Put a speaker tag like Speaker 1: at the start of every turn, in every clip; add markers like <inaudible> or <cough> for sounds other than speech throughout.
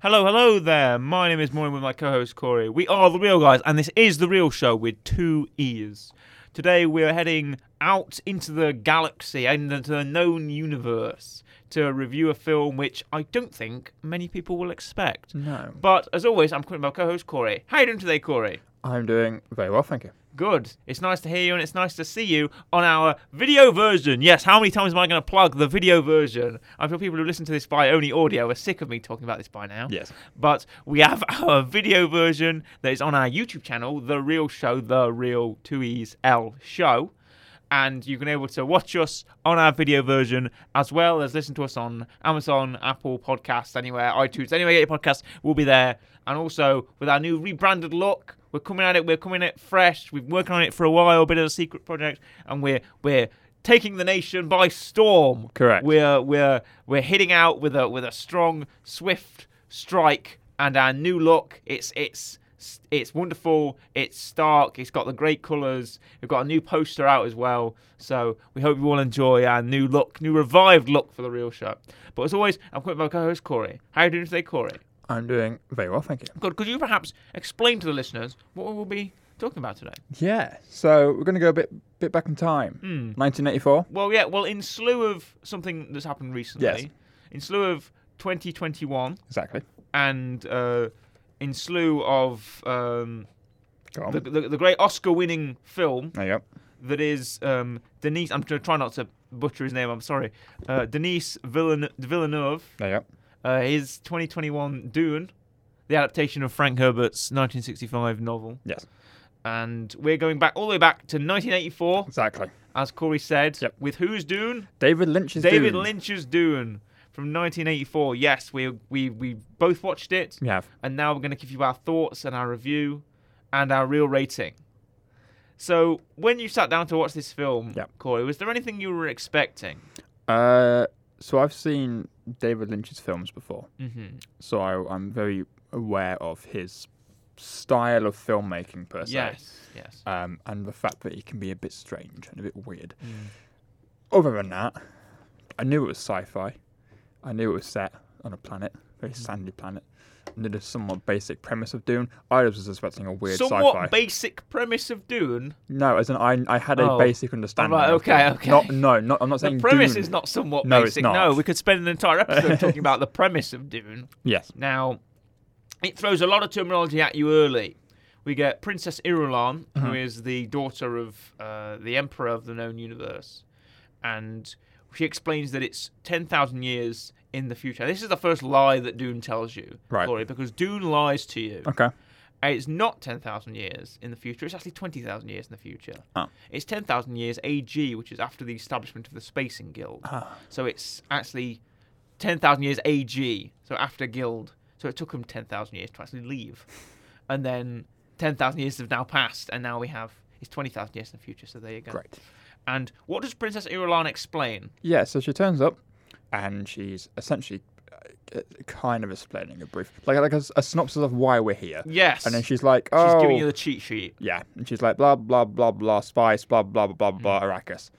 Speaker 1: Hello, hello there. My name is Maureen with my co host Corey. We are The Real Guys, and this is The Real Show with two E's. Today we are heading out into the galaxy and into the known universe to review a film which I don't think many people will expect.
Speaker 2: No.
Speaker 1: But as always, I'm with my co host Corey. How you doing today, Corey?
Speaker 2: I'm doing very well, thank you.
Speaker 1: Good. It's nice to hear you and it's nice to see you on our video version. Yes, how many times am I going to plug the video version? I'm sure people who listen to this by only audio are sick of me talking about this by now.
Speaker 2: Yes.
Speaker 1: But we have <laughs> our video version that is on our YouTube channel, The Real Show, The Real 2E's L Show. And you can able to watch us on our video version as well as listen to us on Amazon, Apple Podcasts, anywhere, iTunes, anywhere you get your podcasts, we'll be there. And also with our new rebranded look, we're coming at it. We're coming at it fresh. We've been working on it for a while, a bit of a secret project, and we're we're taking the nation by storm.
Speaker 2: Correct.
Speaker 1: We're we're we're hitting out with a with a strong, swift strike, and our new look. It's it's it's wonderful. It's stark. It's got the great colours. We've got a new poster out as well. So we hope you all enjoy our new look, new revived look for the real show. But as always, I'm with my co-host Corey. How are you doing today, Corey?
Speaker 2: I'm doing very well, thank you.
Speaker 1: Good. Could you perhaps explain to the listeners what we will be talking about today?
Speaker 2: Yeah. Hmm. So we're going to go a bit bit back in time. 1984.
Speaker 1: Well, yeah. Well, in slew of something that's happened recently,
Speaker 2: Yes.
Speaker 1: in slew of 2021,
Speaker 2: Exactly.
Speaker 1: and uh, in slew of um,
Speaker 2: Go on.
Speaker 1: the, the the great Oscar-winning film
Speaker 2: there you go.
Speaker 1: that is um, Denise. I'm going to try not to butcher his name. I'm sorry. Uh, Denise Villen- Villeneuve.
Speaker 2: There you go.
Speaker 1: Uh, his 2021 Dune, the adaptation of Frank Herbert's 1965 novel.
Speaker 2: Yes.
Speaker 1: and we're going back all the way back to 1984,
Speaker 2: Exactly.
Speaker 1: as Corey said.
Speaker 2: Yep.
Speaker 1: With who's Dune?
Speaker 2: David Lynch's
Speaker 1: David
Speaker 2: Dune.
Speaker 1: Lynch's Dune from 1984. Yes, we we we both watched it,
Speaker 2: We have.
Speaker 1: and now we're going to give you our thoughts and our review, and our real rating. So, when you sat down to watch this film,
Speaker 2: Yep.
Speaker 1: Corey, was there anything you were expecting?
Speaker 2: Uh, so I've seen David Lynch's films before,
Speaker 1: Mm-hmm.
Speaker 2: so I, I'm very aware of his style of filmmaking per se.
Speaker 1: Yes, yes.
Speaker 2: Um, and the fact that he can be a bit strange and a bit weird.
Speaker 1: Mm.
Speaker 2: Other than that, I knew it was sci-fi. I knew it was set on a planet,
Speaker 1: Mm.
Speaker 2: very sandy planet. I knew the somewhat basic premise of Dune. I was expecting a weird
Speaker 1: Somewhat
Speaker 2: sci-fi.
Speaker 1: basic premise of Dune.
Speaker 2: no, as in I, I had a
Speaker 1: Oh.
Speaker 2: basic understanding.
Speaker 1: Alright,
Speaker 2: of
Speaker 1: okay,
Speaker 2: Dune.
Speaker 1: okay.
Speaker 2: Not, no, not, I'm not
Speaker 1: The
Speaker 2: saying
Speaker 1: premise
Speaker 2: Dune.
Speaker 1: is not somewhat
Speaker 2: No, it's
Speaker 1: basic.
Speaker 2: not.
Speaker 1: No, we could spend an entire episode talking about the premise of Dune.
Speaker 2: Yes,
Speaker 1: Now, it throws a lot of terminology at you early. We get Princess Irulan, who is the daughter of uh, the Emperor of the Known Universe, and she explains that it's 10,000 years in the future. This is the first lie that Dune tells you,
Speaker 2: Right.
Speaker 1: Corey, because Dune lies to you.
Speaker 2: Okay.
Speaker 1: And It's not 10,000 years in the future, it's actually 20,000 years in the future.
Speaker 2: Oh.
Speaker 1: It's 10,000 years AG, which is after the establishment of the Spacing Guild.
Speaker 2: Ah.
Speaker 1: So it's actually 10,000 years AG, so after Guild. So it took them 10,000 years to actually
Speaker 2: <laughs>
Speaker 1: leave. And then 10,000 years have now passed, and now we have it's 20,000 years in the future, so there you go.
Speaker 2: Great.
Speaker 1: And what does Princess Irulan explain?
Speaker 2: Yeah, so she turns up, and she's essentially uh, kind of explaining a brief, like like a, s- a synopsis of why we're here.
Speaker 1: Yes.
Speaker 2: And then she's like, "Oh,
Speaker 1: She's giving you the cheat sheet,
Speaker 2: Yeah, and she's like blah blah blah blah spice blah blah blah blah blah Arrakis.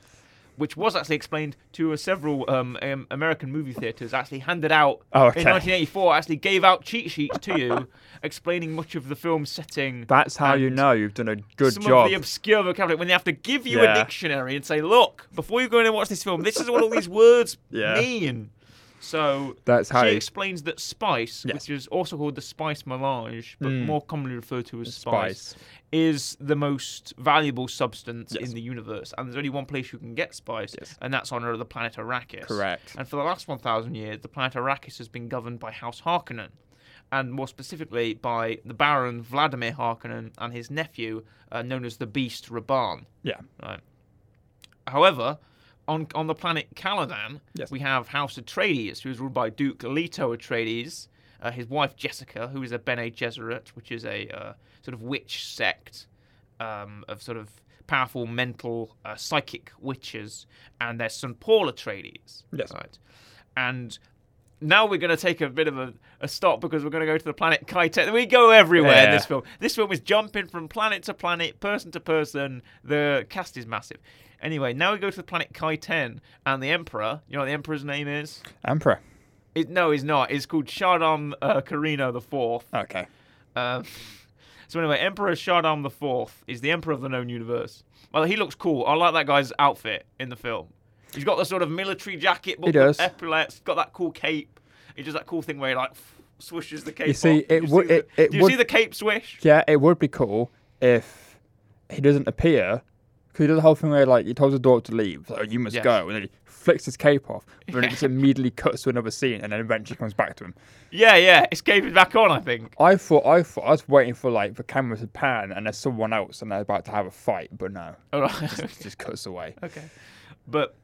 Speaker 1: which was actually explained to uh, several um, um, American movie theaters, actually handed out
Speaker 2: Oh, okay.
Speaker 1: in 1984, actually gave out cheat sheets to
Speaker 2: <laughs>
Speaker 1: you explaining much of the film's setting.
Speaker 2: That's how you
Speaker 1: And
Speaker 2: know you've done a good
Speaker 1: some
Speaker 2: job.
Speaker 1: of the obscure vocabulary when they have to give you
Speaker 2: Yeah.
Speaker 1: a dictionary and say, "Look, before you go in and watch this film, this is what all
Speaker 2: <laughs>
Speaker 1: these words
Speaker 2: Yeah.
Speaker 1: mean." So
Speaker 2: That's how
Speaker 1: she
Speaker 2: you-
Speaker 1: explains that spice,
Speaker 2: Yes. Hmm.
Speaker 1: which is also called the spice melange, but more commonly referred to as spice,
Speaker 2: spice.
Speaker 1: is the most valuable substance
Speaker 2: Yes.
Speaker 1: in the universe, and there's only one place you can get spice,
Speaker 2: Yes.
Speaker 1: and that's on the planet Arrakis.
Speaker 2: Correct.
Speaker 1: And for the last 1,000 years, the planet Arrakis has been governed by House Harkonnen, and more specifically by the Baron Vladimir Harkonnen and his nephew, uh, known as the Beast Raban.
Speaker 2: Yeah.
Speaker 1: Right. However, on on the planet Caladan,
Speaker 2: Yes.
Speaker 1: we have House Atreides, who is ruled by Duke Leto Atreides, uh, his wife Jessica, who is a Bene Gesserit, which is a uh, sort of witch sect um, of sort of powerful mental uh, psychic witches, and their son Paul Atreides.
Speaker 2: Yes.
Speaker 1: Right. And now we're going to take a bit of a, a stop because we're going to go to the planet Kaite. We go everywhere in this
Speaker 2: Yeah.
Speaker 1: film. This film is jumping from planet to planet, person to person. The cast is massive. Anyway, now we go to the planet Kaiten and the Emperor. You know what the Emperor's name is?
Speaker 2: Emperor.
Speaker 1: It, no, he's not. It's called Shardam uh, Carino the Fourth.
Speaker 2: Okay.
Speaker 1: Um, <laughs> so anyway, Emperor Shardam the Fourth is the emperor of the known universe. Well, he looks cool. I like that guy's outfit in the film. He's got the sort of military jacket, but
Speaker 2: He does.
Speaker 1: epaulets. Got that cool cape. He does that cool thing where he like swishes the cape.
Speaker 2: see,
Speaker 1: off.
Speaker 2: it
Speaker 1: Did you see
Speaker 2: would-
Speaker 1: the-
Speaker 2: it- it
Speaker 1: did you
Speaker 2: would-
Speaker 1: see the cape swish?
Speaker 2: Yeah, it would be cool if he doesn't appear. Because he does the whole thing where like he tells the daughter to leave, like, you must
Speaker 1: Yes.
Speaker 2: go, and then he flicks his cape off, but then <laughs> it just immediately cuts to another scene, and then eventually comes back to him.
Speaker 1: Yeah, yeah. It's caping back on, I think. <laughs>
Speaker 2: I thought, I thought, I was waiting for like the camera to pan, and there's someone else, and they're about to have a fight, but no,
Speaker 1: All right.
Speaker 2: it just cuts away.
Speaker 1: Okay. But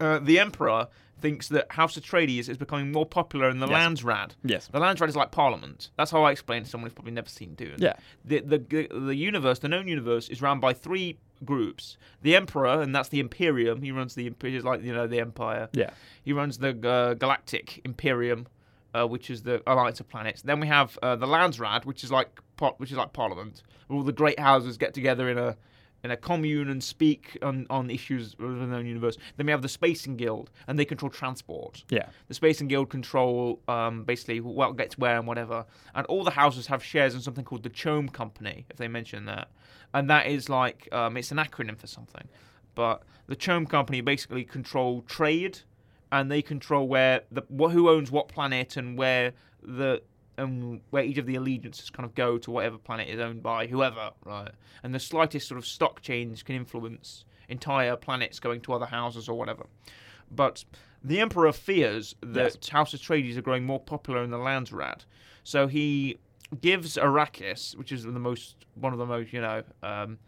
Speaker 1: uh, the Emperor thinks that House Atreides is becoming more popular in the Landsrad.
Speaker 2: Yes.
Speaker 1: The Landsrad is like Parliament. That's how I explain to someone who's probably never seen Dune.
Speaker 2: Yeah.
Speaker 1: The, the, the, the universe, the known universe, is run by three groups. The Emperor, and that's the Imperium. He runs the Imperium, like, you know, the Empire.
Speaker 2: Yeah.
Speaker 1: He runs the uh, Galactic Imperium, uh, which is the alliance of planets. Then we have uh, the Landsrad, which is like par- which is like Parliament, where all the great houses get together in a in a commune and speak on, on issues of the known universe. Then we have the Spacing Guild, and they control transport.
Speaker 2: Yeah.
Speaker 1: The Spacing Guild control um, basically what gets where and whatever. And all the houses have shares in something called the Chome Company, if they mention that. And that is like, um, it's an acronym for something. But the Chome Company basically control trade and they control where the wh- who owns what planet and where the and where each of the allegiances kind of go to whatever planet is owned by whoever, right? And the slightest sort of stock change can influence entire planets going to other houses or whatever. But the Emperor fears that House Atreides are growing more popular in the Landsrad, so he gives Arrakis, which is the most one of the most you know, um,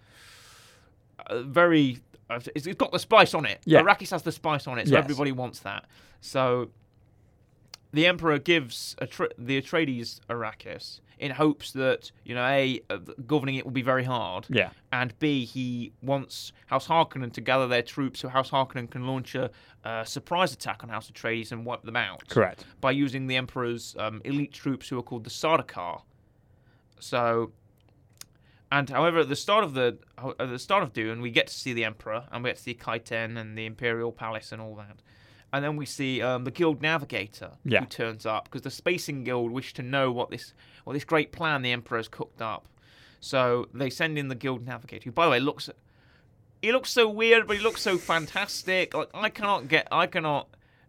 Speaker 1: uh, very. uh, It's it's got the spice on it.
Speaker 2: Yeah.
Speaker 1: Arrakis has the spice on it, so
Speaker 2: Yes.
Speaker 1: everybody wants that. So the Emperor gives Atre- the Atreides Arrakis in hopes that you know a uh, governing it will be very hard
Speaker 2: Yeah.
Speaker 1: and B, he wants House Harkonnen to gather their troops so House Harkonnen can launch a uh, surprise attack on House Atreides and wipe them out
Speaker 2: Correct.
Speaker 1: by using the Emperor's um, elite troops who are called the Sardaukar. So, and however, at the start of the at the start of Dune, we get to see the Emperor and we get to see Kaiten and the Imperial Palace and all that. And then we see um, the Guild Navigator
Speaker 2: Yeah.
Speaker 1: who turns up because the Spacing Guild wish to know what this what this great plan the Emperor's cooked up. So they send in the Guild Navigator, who, by the way, looks he looks so weird, but he looks so fantastic. Like I cannot get, I cannot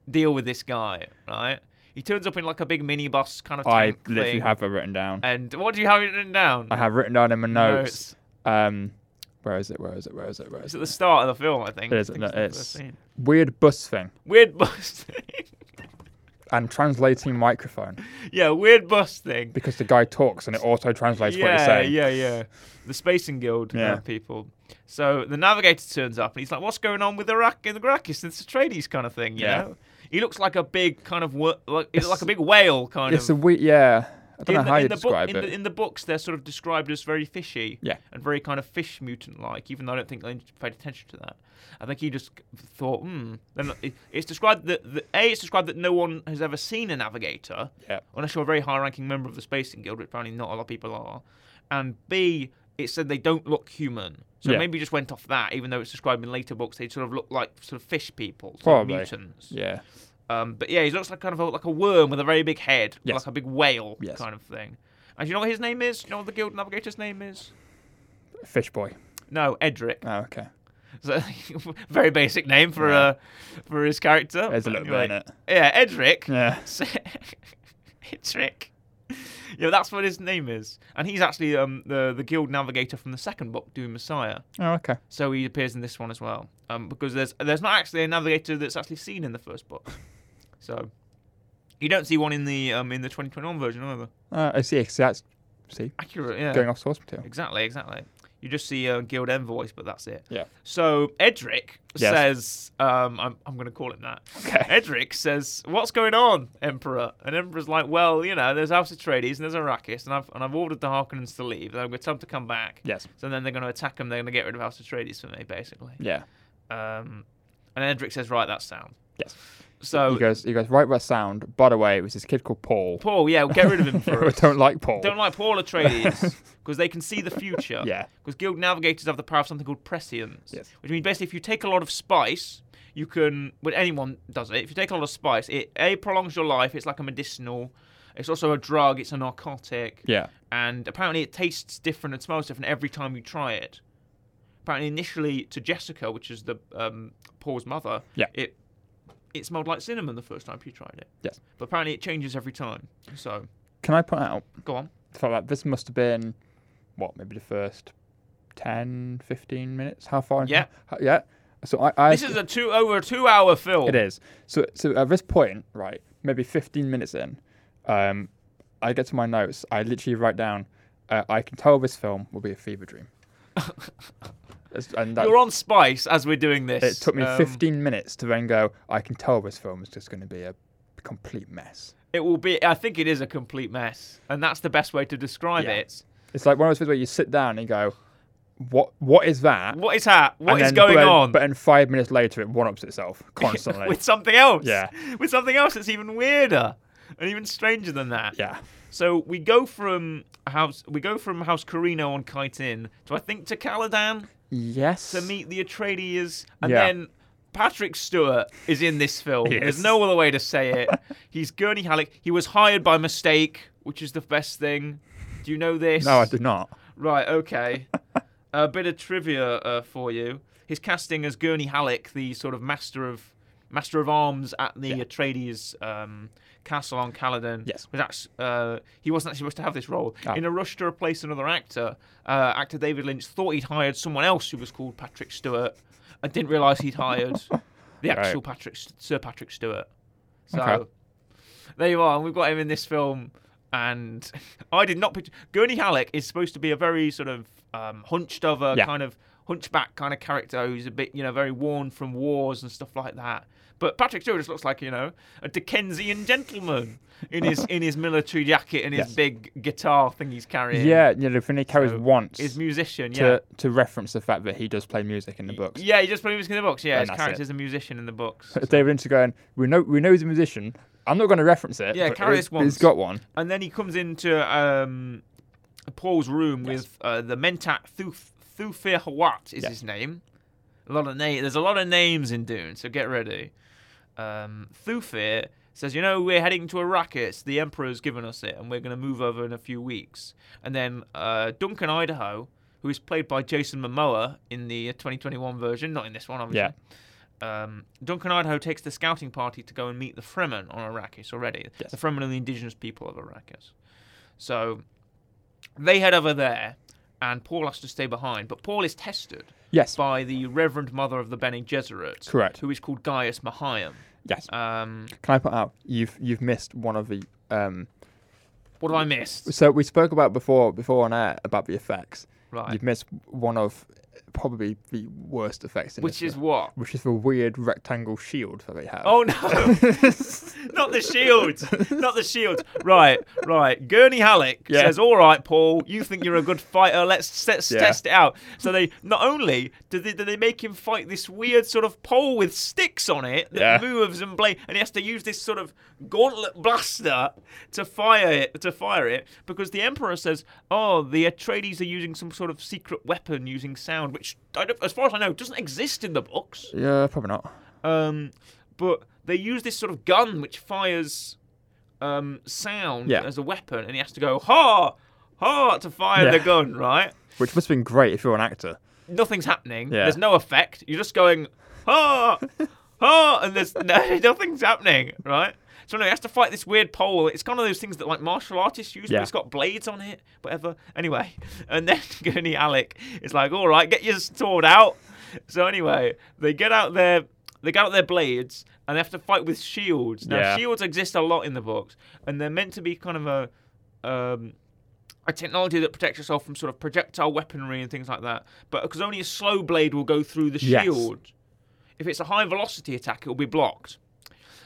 Speaker 1: deal with this guy. Right? He turns up in like a big minibus kind of.
Speaker 2: I
Speaker 1: tank
Speaker 2: literally
Speaker 1: thing.
Speaker 2: have it written down.
Speaker 1: And what do you have it written down?
Speaker 2: I have written down in my notes.
Speaker 1: Notes.
Speaker 2: Um, where is it? Where is it? Where is it? Where
Speaker 1: It's
Speaker 2: is
Speaker 1: at
Speaker 2: it?
Speaker 1: the start of the film, I think.
Speaker 2: It is,
Speaker 1: I think
Speaker 2: no,
Speaker 1: the
Speaker 2: it's-
Speaker 1: first scene.
Speaker 2: Weird bus thing
Speaker 1: weird bus <laughs> thing.
Speaker 2: and translating microphone
Speaker 1: yeah, weird bus thing.
Speaker 2: because the guy talks and it auto translates what he's
Speaker 1: yeah,
Speaker 2: saying.
Speaker 1: yeah, yeah. The Spacing Guild uh,
Speaker 2: Yeah.
Speaker 1: people. So the navigator turns up and he's like, "What's going on with Iraq in the Arrakis? It's Atreides kind of thing, you
Speaker 2: Yeah.
Speaker 1: know." He looks like a big kind of wo- like, like a big whale kind
Speaker 2: It's
Speaker 1: of.
Speaker 2: a weird. Yeah. I don't know
Speaker 1: in the,
Speaker 2: how
Speaker 1: in
Speaker 2: you
Speaker 1: the
Speaker 2: describe
Speaker 1: book,
Speaker 2: it.
Speaker 1: In the, in the books, they're sort of described as very fishy
Speaker 2: Yeah.
Speaker 1: and very kind of fish mutant like, even though I don't think they paid attention to that. I think he just thought, hmm. Then it- it's described that, that A, it's described that no one has ever seen a navigator,
Speaker 2: Yeah.
Speaker 1: unless you're a very high ranking member of the Spacing Guild, which apparently not a lot of people are. And B, it said they don't look human. So
Speaker 2: Yeah.
Speaker 1: maybe he just went off that, even though it's described in later books, they sort of look like sort of fish people, sort of
Speaker 2: Probably.
Speaker 1: mutants.
Speaker 2: Yeah.
Speaker 1: Um, but yeah, he looks like kind of a, like a worm with a very big head,
Speaker 2: Yes.
Speaker 1: like a big whale
Speaker 2: Yes.
Speaker 1: kind of thing. And do you know what his name is? Do you know what the guild navigator's name is?
Speaker 2: Fish boy.
Speaker 1: No, Edric. <laughs>
Speaker 2: Oh, okay.
Speaker 1: So, <laughs> very basic name for
Speaker 2: Yeah.
Speaker 1: uh, for his character.
Speaker 2: There's a
Speaker 1: But
Speaker 2: little bit in
Speaker 1: anyway.
Speaker 2: it.
Speaker 1: Yeah, Edric. <laughs>
Speaker 2: Yeah.
Speaker 1: Edric. Yeah, that's what his name is, and he's actually um, the the guild navigator from the second book, Doom Messiah.
Speaker 2: Oh, okay.
Speaker 1: So he appears in this one as well, um, because there's there's not actually a navigator that's actually seen in the first book. So you don't see one in the um, in the 2021 version either.
Speaker 2: Uh, I see. 'cause That's see
Speaker 1: Accurate, yeah.
Speaker 2: going off source material.
Speaker 1: Exactly, exactly. You just see uh, guild envoys, but that's it.
Speaker 2: Yeah.
Speaker 1: So Edric
Speaker 2: Yes.
Speaker 1: says, um, I'm, I'm going to call him that.
Speaker 2: Okay.
Speaker 1: <laughs> Edric says, What's going on, Emperor? And Emperor's like, Well, you know, there's House Atreides and there's Arrakis, and I've, and I've ordered the Harkonnens to leave, and I've got time to come back.
Speaker 2: Yes.
Speaker 1: So then they're going to attack him, they're going to get rid of House Atreides for me, basically.
Speaker 2: Yeah.
Speaker 1: Um, and Edric says, Right, that's sound.
Speaker 2: Yes.
Speaker 1: So,
Speaker 2: he goes. He goes right by sound. By the way, it was this kid called Paul.
Speaker 1: Oh. Paul, yeah, get rid of him for
Speaker 2: <laughs> I
Speaker 1: us.
Speaker 2: don't like Paul.
Speaker 1: Don't like Paul
Speaker 2: <laughs>
Speaker 1: Atreides because they can see the future.
Speaker 2: Yeah.
Speaker 1: Because guild navigators have the power of something called prescience,
Speaker 2: Yes.
Speaker 1: which means basically if you take a lot of spice, You can, but anyone does it. If you take a lot of spice, it a prolongs your life. It's like a medicinal. It's also a drug. It's a narcotic,
Speaker 2: Yeah.
Speaker 1: and apparently it tastes different and smells different every time you try it. Apparently, initially to Jessica, which is the um, Paul's mother,
Speaker 2: Yeah.
Speaker 1: it it smelled like cinnamon the first time she tried it.
Speaker 2: Yes.
Speaker 1: but apparently it changes every time. So
Speaker 2: Can I point out
Speaker 1: go on.
Speaker 2: the fact that this must have been, what, maybe the first 10, 15 minutes? How far? in-
Speaker 1: Yeah.
Speaker 2: how- yeah. So I, I
Speaker 1: This is a two over a two hour film.
Speaker 2: It is. So so at this point, right, maybe 15 minutes in, um, I get to my notes. I literally write down, uh, I can tell this film will be a
Speaker 1: <laughs>
Speaker 2: fever dream. That's- and that,
Speaker 1: You're on spice as we're doing this.
Speaker 2: it took me
Speaker 1: Um,
Speaker 2: 15 minutes to then go, I can tell this film is just going to be a complete mess.
Speaker 1: It will be. I think it is a complete mess, and that's the best way to describe
Speaker 2: Yeah.
Speaker 1: it.
Speaker 2: It's like one of those things where you sit down and go, what what is that?
Speaker 1: What is that? What
Speaker 2: and
Speaker 1: is
Speaker 2: then-
Speaker 1: going
Speaker 2: but then-
Speaker 1: on? <laughs>
Speaker 2: But then five minutes later, it one ups itself constantly.
Speaker 1: with something else.
Speaker 2: Yeah.
Speaker 1: With something else that's even weirder and even stranger than that.
Speaker 2: yeah.
Speaker 1: So we go from house we go from House Carino on Kaitin to I think to Caladan
Speaker 2: Yes.
Speaker 1: to meet the Atreides and
Speaker 2: Yeah.
Speaker 1: then Patrick Stewart is in this film.
Speaker 2: He
Speaker 1: There's
Speaker 2: is.
Speaker 1: no other way to say it. He's Gurney Halleck. He was hired by mistake, which is the best thing. Do you know this?
Speaker 2: No, I did not.
Speaker 1: Right, okay. a bit of trivia uh, for you. His casting as Gurney Halleck, the sort of master of master of arms at the Atreides um, castle on Caladan.
Speaker 2: Yes.
Speaker 1: was act- uh, he wasn't actually supposed to have this role.
Speaker 2: Ah.
Speaker 1: In a rush to replace another actor, uh, actor David Lynch thought he'd hired someone else who was called Patrick Stewart. I didn't realise he'd
Speaker 2: <laughs>
Speaker 1: hired the
Speaker 2: Right.
Speaker 1: actual Patrick Sir Patrick Stewart. So
Speaker 2: Okay.
Speaker 1: there you are. and We've got him in this film, and <laughs> I did not picture Gurney Halleck is supposed to be a very sort of um, hunched over
Speaker 2: Yeah.
Speaker 1: kind of hunchback kind of character who's a bit you know very worn from wars and stuff like that. But Patrick Stewart just looks like you know a Dickensian gentleman in his in his military jacket and his
Speaker 2: Yes.
Speaker 1: big guitar thing he's carrying.
Speaker 2: Yeah, yeah, the thing he carries
Speaker 1: So,
Speaker 2: once
Speaker 1: his musician.
Speaker 2: to,
Speaker 1: yeah,
Speaker 2: to reference the fact that he does play music in the books.
Speaker 1: yeah, he just put music in the box. Yeah,
Speaker 2: And
Speaker 1: his
Speaker 2: that's it.
Speaker 1: character's a musician in the books.
Speaker 2: So it's David Lynch is going, we know we know he's a musician. I'm not going to reference it.
Speaker 1: Yeah,
Speaker 2: but
Speaker 1: carry
Speaker 2: he-
Speaker 1: this once.
Speaker 2: He's got one.
Speaker 1: And then he comes into um, Paul's room
Speaker 2: Yes.
Speaker 1: with uh, the Mentat Thuf- Thufir Hawat is
Speaker 2: Yeah.
Speaker 1: his name. A lot of name. There's a lot of names in Dune, so get ready. Um, Thufir says, "You know, we're heading to Arrakis. The Emperor's given us it, and we're going to move over in a few weeks." And then uh, Duncan Idaho, who is played by Jason Momoa in the 2021 version, not in this one, obviously.
Speaker 2: Yeah.
Speaker 1: Um, Duncan Idaho takes the scouting party to go and meet the Fremen on Arrakis already.
Speaker 2: Yes.
Speaker 1: The Fremen are the indigenous people of Arrakis. So they head over there, and Paul has to stay behind. But Paul is tested
Speaker 2: Yes.
Speaker 1: by the Reverend Mother of the Bene Gesserit,
Speaker 2: Correct.
Speaker 1: who is called Gaius Mahayam.
Speaker 2: Yes.
Speaker 1: Um,
Speaker 2: Can I put out? You've you've missed one of the. Um,
Speaker 1: what have I missed?
Speaker 2: so we spoke about before before on air about the effects.
Speaker 1: Right.
Speaker 2: You've missed one of probably the worst effects in
Speaker 1: Which
Speaker 2: this
Speaker 1: is
Speaker 2: film,
Speaker 1: what?
Speaker 2: which is the weird rectangle shield that they have.
Speaker 1: <laughs> Oh
Speaker 2: <laughs>
Speaker 1: no! Not the shield! Not the shield! Right, right. Gurney Halleck
Speaker 2: Yeah.
Speaker 1: says, "All right, Paul, you think you're a good fighter? Let's, let's
Speaker 2: Yeah.
Speaker 1: test it out." So they not only do they, do they make him fight this weird sort of pole with sticks on it that
Speaker 2: Yeah.
Speaker 1: moves and blade, and he has to use this sort of gauntlet blaster to fire it to fire it because the Emperor says, "Oh, the Atreides are using some sort of secret weapon using sound, which, I don't, as far as I know, doesn't exist in the books."
Speaker 2: Yeah, probably not.
Speaker 1: Um, but they use this sort of gun which fires um, sound
Speaker 2: Yeah.
Speaker 1: as a weapon, and he has to go ha ha to fire the
Speaker 2: Yeah.
Speaker 1: gun. Right?
Speaker 2: Which must have been great if you're an actor.
Speaker 1: Nothing's happening.
Speaker 2: Yeah.
Speaker 1: There's no effect. You're just going ha ha, and there's <laughs> no, nothing's happening. Right? So no, he has to fight this weird pole. It's kind of those things that like martial artists use,
Speaker 2: Yeah.
Speaker 1: but it's got blades on it, whatever. Anyway, <laughs> and then Gurney Alec is like, "All right, get your sword out." So anyway, they get out their they get out their blades and they have to fight with shields. Now
Speaker 2: Yeah.
Speaker 1: shields exist a lot in the books, and they're meant to be kind of a um, a technology that protects yourself from sort of projectile weaponry and things like that. But because only a slow blade will go through the
Speaker 2: Yes.
Speaker 1: shield, if it's a high velocity attack, it will be blocked.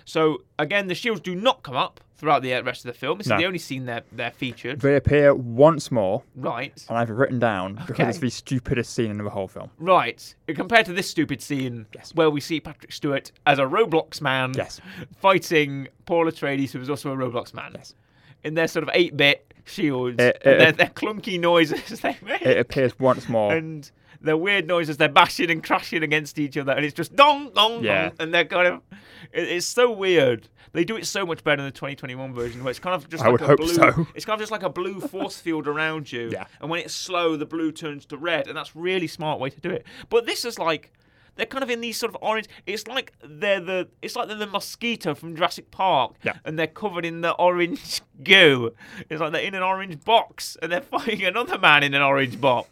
Speaker 1: So again, the shields do not come up throughout the uh, rest of the film. This
Speaker 2: No.
Speaker 1: is the only scene they're they're featured.
Speaker 2: They appear once more,
Speaker 1: Right,
Speaker 2: and I've written down because it's
Speaker 1: Okay.
Speaker 2: the stupidest scene in the whole film.
Speaker 1: right. Compared to this stupid scene
Speaker 2: Yes.
Speaker 1: where we see Patrick Stewart as a Roblox man
Speaker 2: Yes.
Speaker 1: fighting Paul Atreides, who was also a Roblox man,
Speaker 2: Yes.
Speaker 1: in their sort of eight bit shields.
Speaker 2: Eh, eh,
Speaker 1: and
Speaker 2: eh.
Speaker 1: their, their clunky noises <laughs> they make.
Speaker 2: It appears once more.
Speaker 1: and their weird noises. They're bashing and crashing against each other, and it's just dong dong
Speaker 2: Yeah.
Speaker 1: dong, and they're kind of. It, it's so weird. They do it so much better in the 2021 version, where it's kind of just
Speaker 2: I
Speaker 1: like
Speaker 2: would
Speaker 1: a
Speaker 2: hope
Speaker 1: blue.
Speaker 2: so.
Speaker 1: <laughs> It's kind of just like a blue force field around you,
Speaker 2: Yeah.
Speaker 1: and when it's slow, the blue turns to red, and that's really smart way to do it. But this is like. They're kind of in these sort of orange. It's like they're the. It's like they're the mosquito from Jurassic Park,
Speaker 2: Yeah.
Speaker 1: and they're covered in the orange <laughs> goo. It's like they're in an orange box, and they're <laughs> fighting another man in an orange box.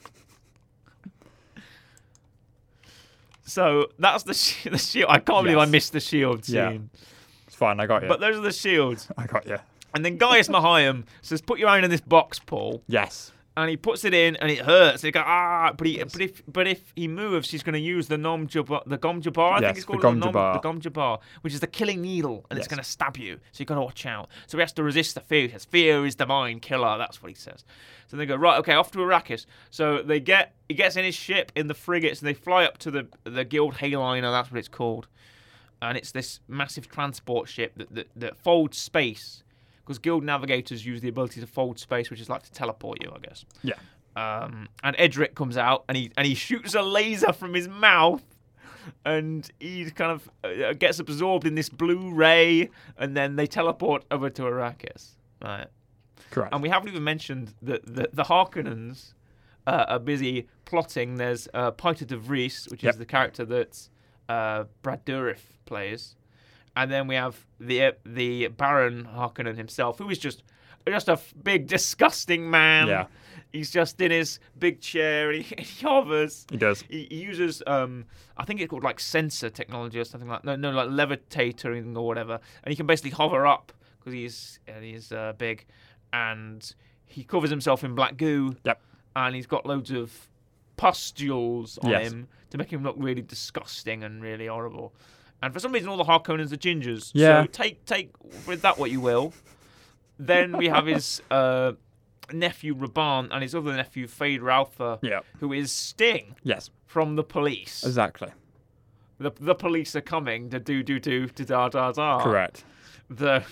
Speaker 1: So that's the sh- <laughs> the shield. I can't believe I
Speaker 2: Yes.
Speaker 1: missed the shield scene.
Speaker 2: Yeah. It's fine. I got you.
Speaker 1: But those are the shields.
Speaker 2: I got you.
Speaker 1: And then Gaius Mahayim says, "Put your hand in this box, Paul."
Speaker 2: Yes.
Speaker 1: And he puts it in, and it hurts. They go, "Ah!" But, he, but if but if he moves, he's going to use the nom jabar, the gom jabar. I
Speaker 2: Yes,
Speaker 1: think it's
Speaker 2: the
Speaker 1: called
Speaker 2: gom
Speaker 1: nom-
Speaker 2: jabar.
Speaker 1: the gom jabar, which is the killing needle, and it's
Speaker 2: Yes.
Speaker 1: going to stab you. So you got to watch out. So he has to resist the fear. He says, "Fear is the mind killer." That's what he says. So they go, "Right, okay, off to Arrakis." So they get he gets in his ship in the frigates, and they fly up to the the Guild Hayliner. That's what it's called and it's this massive transport ship that, that, that folds space because guild navigators use the ability to fold space which is like to teleport you i guess
Speaker 2: Yeah.
Speaker 1: um, and edric comes out and he and he shoots a laser from his mouth and he kind of uh, gets absorbed in this blue ray and then they teleport over to arrakis right
Speaker 2: Correct.
Speaker 1: and we haven't even mentioned that the, the Harkonnens uh, are busy plotting. There's uh, Piter de Vries, which
Speaker 2: Yep.
Speaker 1: is the character that uh, Brad Dourif plays, and then we have the uh, the Baron Harkonnen himself, who is just just a f- big disgusting man.
Speaker 2: Yeah.
Speaker 1: He's just in his big chair and he, <laughs> and he hovers.
Speaker 2: he does.
Speaker 1: He, he uses, um, I think it's called like sensor technology or something like no, no, like levitating or whatever, and he can basically hover up because he's and he's uh, big, and he covers himself in black goo,
Speaker 2: Yep.
Speaker 1: and he's got loads of pustules on
Speaker 2: Yes.
Speaker 1: him to make him look really disgusting and really horrible. And for some reason, all the Harkonnens are gingers.
Speaker 2: Yeah.
Speaker 1: So take take with that what you will. then we have his uh, nephew Raban and his other nephew Fade Ralpha,
Speaker 2: Yeah.
Speaker 1: who is Sting
Speaker 2: Yes.
Speaker 1: from the police.
Speaker 2: Exactly.
Speaker 1: The, the police are coming to do do do to da da da.
Speaker 2: Correct.
Speaker 1: The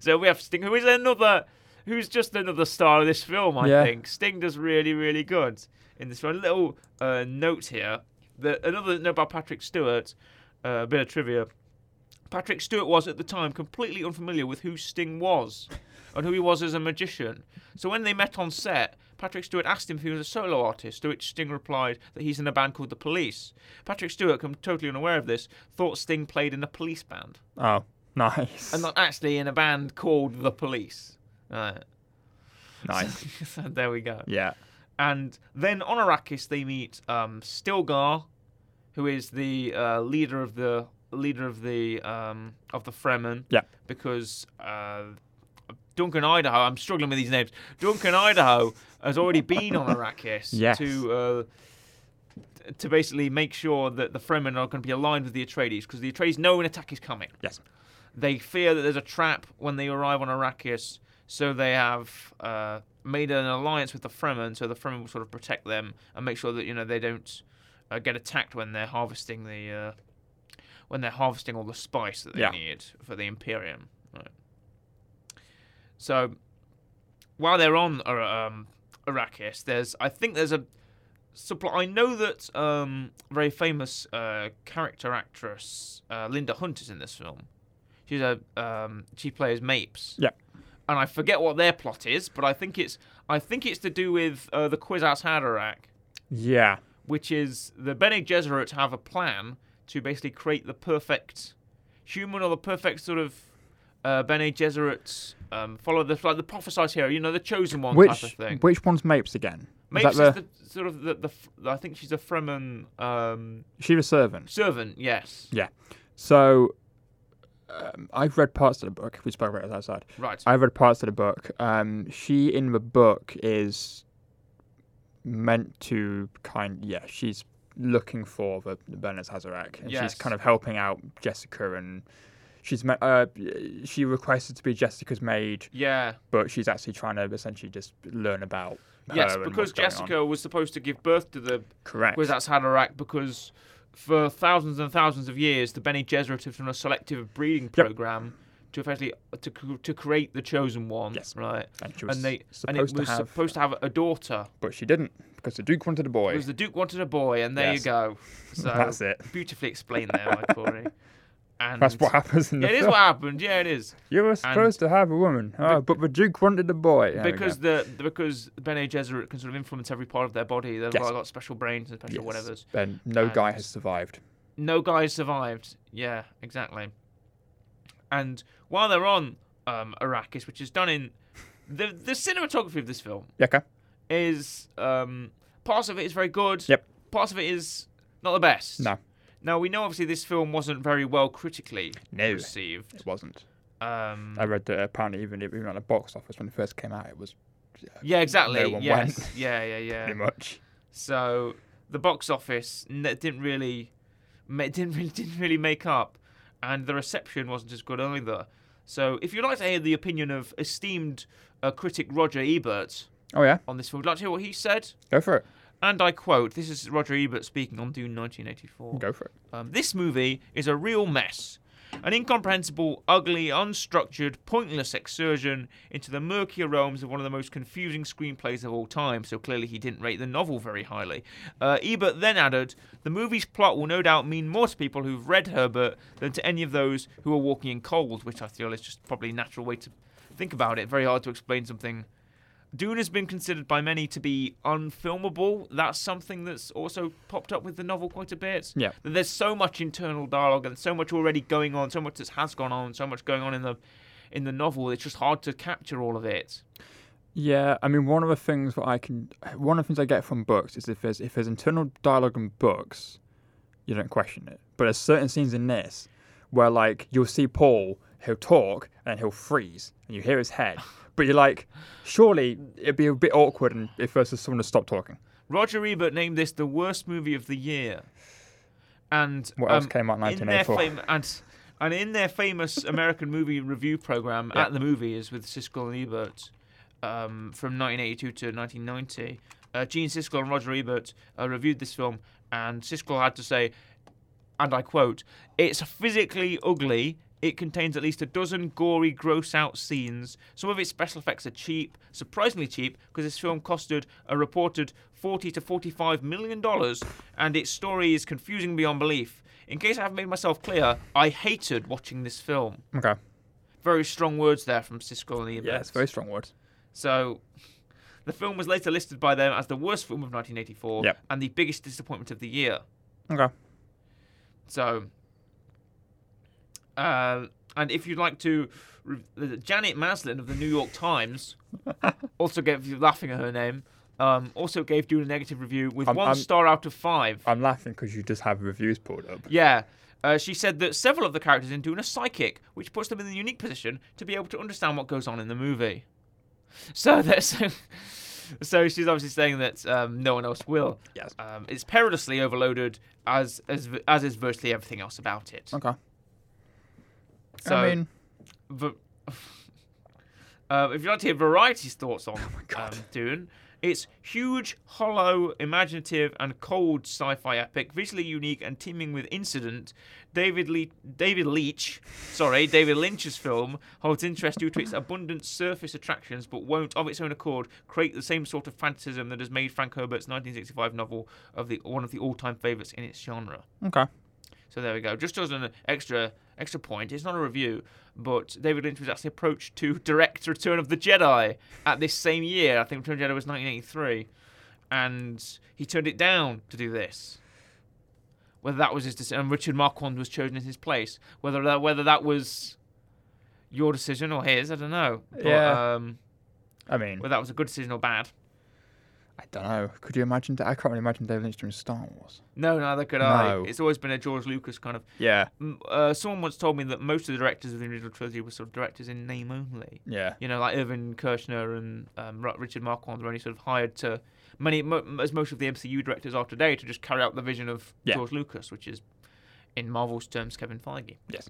Speaker 1: so we have Sting, who is another, who's just another star of this film. I
Speaker 2: Yeah.
Speaker 1: think Sting does really really good in this one. A little uh, note here: that another note about Patrick Stewart. uh, A bit of trivia. Patrick Stewart was at the time completely unfamiliar with who Sting was and who he was as a magician. So when they met on set, Patrick Stewart asked him if he was a solo artist, to which Sting replied that he's in a band called The Police. Patrick Stewart, com- totally unaware of this, thought Sting played in a police band
Speaker 2: Oh, <laughs> nice.
Speaker 1: and not actually in a band called The Police. Right. <laughs>
Speaker 2: nice.
Speaker 1: so there we go.
Speaker 2: yeah.
Speaker 1: And then on Arrakis, they meet um, Stilgar, who is the uh, leader of the leader of the um, of the Fremen.
Speaker 2: Yeah.
Speaker 1: Because uh, Duncan Idaho, I'm struggling with these names. Duncan Idaho has already been on Arrakis
Speaker 2: <laughs> Yes.
Speaker 1: to. Uh, to basically make sure that the Fremen are going to be aligned with the Atreides, because the Atreides know an attack is coming
Speaker 2: Yes.
Speaker 1: they fear that there's a trap when they arrive on Arrakis, so they have uh, made an alliance with the Fremen, so the Fremen will sort of protect them and make sure that you know they don't uh, get attacked when they're harvesting the uh, when they're harvesting all the spice that they
Speaker 2: Yeah.
Speaker 1: need for the Imperium. Right. So while they're on Ar- um, Arrakis, there's I think there's a supply. I know that um, very famous uh, character actress uh, Linda Hunt is in this film. She's a um, she plays Mapes.
Speaker 2: Yeah.
Speaker 1: And I forget what their plot is, but I think it's I think it's to do with uh, the Kwisatz Haderach,
Speaker 2: Yeah.
Speaker 1: which is the Bene Gesserit have a plan to basically create the perfect human or the perfect sort of uh, Bene Gesserit um, follow the like the prophesied hero, you know, the chosen one type of
Speaker 2: Which
Speaker 1: thing.
Speaker 2: which one's Mapes again? Is
Speaker 1: Mapes
Speaker 2: that
Speaker 1: is the sort of the, the f- I think she's a Fremen um,
Speaker 2: the, she was servant.
Speaker 1: servant. Yes.
Speaker 2: Yeah. So um, I've read parts of the book. We spoke about it outside.
Speaker 1: Right.
Speaker 2: I've read parts of the book. Um, she in the book is meant to kind. Yeah, she's looking for the, the Bernard Hazarak, and
Speaker 1: Yes.
Speaker 2: she's kind of helping out Jessica. And she's me- uh, she requested to be Jessica's maid,
Speaker 1: yeah.
Speaker 2: but she's actually trying to essentially just learn about.
Speaker 1: Yes,
Speaker 2: her and
Speaker 1: because
Speaker 2: what's going on.
Speaker 1: Jessica was supposed to give birth to the
Speaker 2: Correct.
Speaker 1: Kwisatz Haderach because for thousands and thousands of years, the Bene Gesserit have done a selective breeding program to effectively to cr- to create the chosen one,
Speaker 2: Yes.
Speaker 1: right?
Speaker 2: And she was
Speaker 1: And they and
Speaker 2: supposed
Speaker 1: it was
Speaker 2: to have,
Speaker 1: supposed to have a daughter
Speaker 2: but she didn't because the Duke wanted a boy.
Speaker 1: because uh, the Duke wanted a boy, and there
Speaker 2: Yes.
Speaker 1: you go.
Speaker 2: <laughs>
Speaker 1: So
Speaker 2: That's it.
Speaker 1: Beautifully explained there by Corey. And
Speaker 2: <laughs> That's what happens in the
Speaker 1: Yeah, it is
Speaker 2: film.
Speaker 1: what happened. Yeah, it is
Speaker 2: You were supposed to have a woman, oh, but the Duke wanted a boy. There we go.
Speaker 1: because the the- because Bene Gesserit can sort of influence every part of their body. They've
Speaker 2: Yes.
Speaker 1: got, got special brains and special
Speaker 2: Yes.
Speaker 1: whatever's.
Speaker 2: Then no
Speaker 1: And-
Speaker 2: guy has survived.
Speaker 1: no guys survived. Yeah, exactly. And while they're on um, Arrakis, which is done in the the cinematography of this film
Speaker 2: Yeah, okay.
Speaker 1: is um, parts of it is very good.
Speaker 2: Yep.
Speaker 1: Parts of it is not the best.
Speaker 2: No.
Speaker 1: Now we know obviously this film wasn't very well critically
Speaker 2: No.
Speaker 1: received.
Speaker 2: It wasn't.
Speaker 1: Um,
Speaker 2: I read that apparently even even at the box office when it first came out, it was
Speaker 1: yeah, exactly.
Speaker 2: one
Speaker 1: yes.
Speaker 2: went.
Speaker 1: Yeah, yeah, yeah.
Speaker 2: <laughs> pretty much.
Speaker 1: So the box office n- didn't really, ma- <laughs> didn't really, didn't really make up, and the reception wasn't as good either. So if you'd like to hear the opinion of esteemed uh, critic Roger Ebert
Speaker 2: Oh yeah,
Speaker 1: on this film, would you like to hear what he said?
Speaker 2: go for it.
Speaker 1: And I quote: "This is Roger Ebert speaking on Dune 1984.
Speaker 2: Go for it.
Speaker 1: Um, this movie is a real mess." An incomprehensible, ugly, unstructured, pointless excursion into the murkier realms of one of the most confusing screenplays of all time, so clearly he didn't rate the novel very highly. Uh, Ebert then added, The movie's plot will no doubt mean more to people who've read Herbert than to any of those who are walking in cold, which I feel is just probably a natural way to think about it. Very hard to explain something. Dune has been considered by many to be unfilmable. That's something that's also popped up with the novel quite a bit
Speaker 2: Yeah.
Speaker 1: that there's so much internal dialogue and so much already going on, so much that has gone on, so much going on in the in the novel. It's just hard to capture all of it.
Speaker 2: Yeah, I mean, one of the things that I can, one of the things I get from books is if there's if there's internal dialogue in books, you don't question it. But there's certain scenes in this where like you'll see Paul, he'll talk and he'll freeze, and you hear his head. But you're like, surely it'd be a bit awkward and if there's just someone to stop talking.
Speaker 1: Roger Ebert named this the worst movie of the year, and
Speaker 2: What else
Speaker 1: um,
Speaker 2: came out in
Speaker 1: in their
Speaker 2: 1984?
Speaker 1: fam- and and in their famous American movie review program
Speaker 2: Yeah.
Speaker 1: at the movies with Siskel and Ebert um, from 1982 to 1990, uh, Gene Siskel and Roger Ebert uh, reviewed this film, and Siskel had to say, and I quote, "It's physically ugly." It contains at least a dozen gory, gross out scenes. Some of its special effects are cheap, surprisingly cheap, because this film costed a reported 40 to 45 million dollars, and its story is confusing beyond belief. In case I haven't made myself clear, I hated watching this film.
Speaker 2: Okay.
Speaker 1: Very strong words there from Siskel and Ebert.
Speaker 2: Yeah, it's very strong words.
Speaker 1: So, the film was later listed by them as the worst film of 1984
Speaker 2: Yep.
Speaker 1: and the biggest disappointment of the year.
Speaker 2: Okay.
Speaker 1: So, uh, and if you'd like to, re- uh, Janet Maslin of the New York
Speaker 2: <laughs>
Speaker 1: Times also gave you laughing at her name. Um, also gave Dune a negative review with
Speaker 2: I'm-
Speaker 1: one
Speaker 2: I'm- Uh,
Speaker 1: star out of five.
Speaker 2: I'm laughing because you just have reviews pulled up.
Speaker 1: Yeah. Uh, she said that several of the characters in Dune are psychic, which puts them in the unique position to be able to understand what goes on in the movie. So <laughs> that's. So she's obviously saying that um, no one else will.
Speaker 2: Yes.
Speaker 1: Um, it's perilously overloaded, as as as is virtually everything else about it.
Speaker 2: Okay.
Speaker 1: So,
Speaker 2: I mean,
Speaker 1: v- <laughs> uh, if you'd like to hear Variety's thoughts on um,
Speaker 2: God.
Speaker 1: Dune, it's huge, hollow, imaginative, and cold sci-fi epic, visually unique and teeming with incident. David Le- David Leach, sorry, David Lynch's film holds interest due to its abundant surface attractions, but won't, of its own accord, create the same sort of fantasism that has made Frank Herbert's 1965 novel of the one of the all-time favorites in its genre.
Speaker 2: okay.
Speaker 1: So there we go. Just as an extra extra point, it's not a review, but David Lynch was actually approached to <laughs> direct Return of the Jedi at this same year. I think Return of the Jedi was 1983, and he turned it down to do this. Whether that was his decision, and Richard Marquand was chosen in his place. Whether that whether that was your decision or his, I don't know. But,
Speaker 2: Yeah.
Speaker 1: Um,
Speaker 2: I mean,
Speaker 1: whether that was a good decision or bad.
Speaker 2: I don't know. Could you imagine? that? I can't really imagine David Lynch doing Star Wars.
Speaker 1: No, neither could I.
Speaker 2: No.
Speaker 1: It's always been a George Lucas kind of
Speaker 2: Yeah.
Speaker 1: M- uh, someone once told me that most of the directors of the original trilogy were sort of directors in name only.
Speaker 2: Yeah. <laughs>
Speaker 1: You know, like Irvin Kershner and um, Ru- Richard Marquand were only sort of hired to many, mo- as most of the MCU directors are today, to just carry out the vision of
Speaker 2: Yeah.
Speaker 1: George Lucas, which is, in Marvel's terms, Kevin Feige.
Speaker 2: Yes.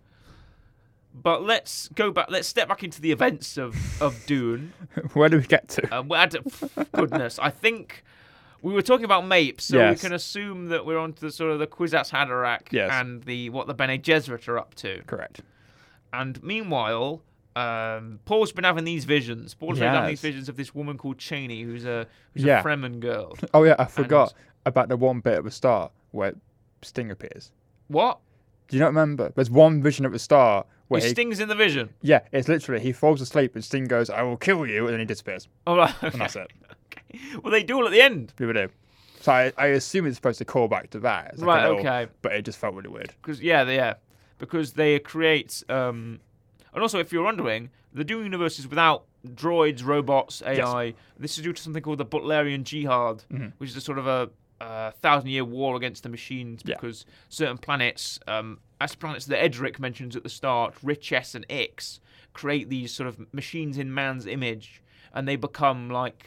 Speaker 1: But let's go back. Let's step back into the events of of Dune.
Speaker 2: Where do we get <laughs> to?
Speaker 1: Um, well, I d- <laughs> goodness, I think we were talking about Mapes, so
Speaker 2: Yes.
Speaker 1: we can assume that we're on to the sort of the Kwisatz Haderach
Speaker 2: Yes.
Speaker 1: and the what the Bene Gesserit are up to.
Speaker 2: Correct.
Speaker 1: And meanwhile, um, Paul's been having these visions. Paul's been having these
Speaker 2: Yes.
Speaker 1: visions of this woman called Cheney, who's a who's
Speaker 2: Yeah.
Speaker 1: a Fremen girl.
Speaker 2: Oh yeah, I forgot about the one bit at the start where Sting appears.
Speaker 1: What?
Speaker 2: Do you not remember? There's one vision at the start where
Speaker 1: he
Speaker 2: he,
Speaker 1: stings in the vision.
Speaker 2: yeah, it's literally he falls asleep and Sting goes, "I will kill you," and then he disappears,
Speaker 1: All right.
Speaker 2: and that's <laughs> it.
Speaker 1: Well, they do all at the end
Speaker 2: We would do. So I, I assume it's supposed to call back to that. It's like a
Speaker 1: Right,
Speaker 2: little-
Speaker 1: okay.
Speaker 2: But it just felt really weird.
Speaker 1: because yeah, they, yeah, because they create. Um, and also, if you're wondering, the Doom universe is without droids, robots, AI. This is due to something called the Butlerian Jihad, which is a sort of a, uh thousand-year war against the machines
Speaker 2: Yeah.
Speaker 1: because certain planets, um, as planets that Edric mentions at the start, Rich S and Ix, create these sort of machines in man's image, and they become like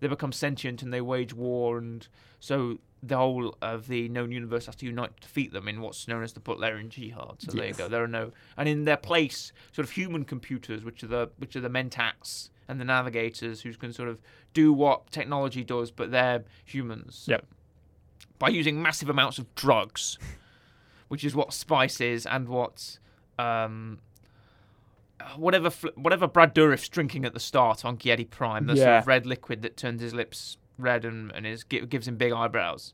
Speaker 1: they become sentient and they wage war, and so the whole of the known universe has to unite to defeat them in what's known as the Butlerian Jihad. So there you
Speaker 2: Yes.
Speaker 1: go. There are no, and in their place, sort of human computers, which are the which are the Mentats and the Navigators, who can sort of do what technology does, but they're humans.
Speaker 2: Yep.
Speaker 1: By using massive amounts of drugs, which is what Spice is and what. Um, Whatever, fl- whatever Brad Dourif's drinking at the start on Giedi Prime, the sort
Speaker 2: Yeah.
Speaker 1: of red liquid that turns his lips red and, and is, gi- gives him big eyebrows,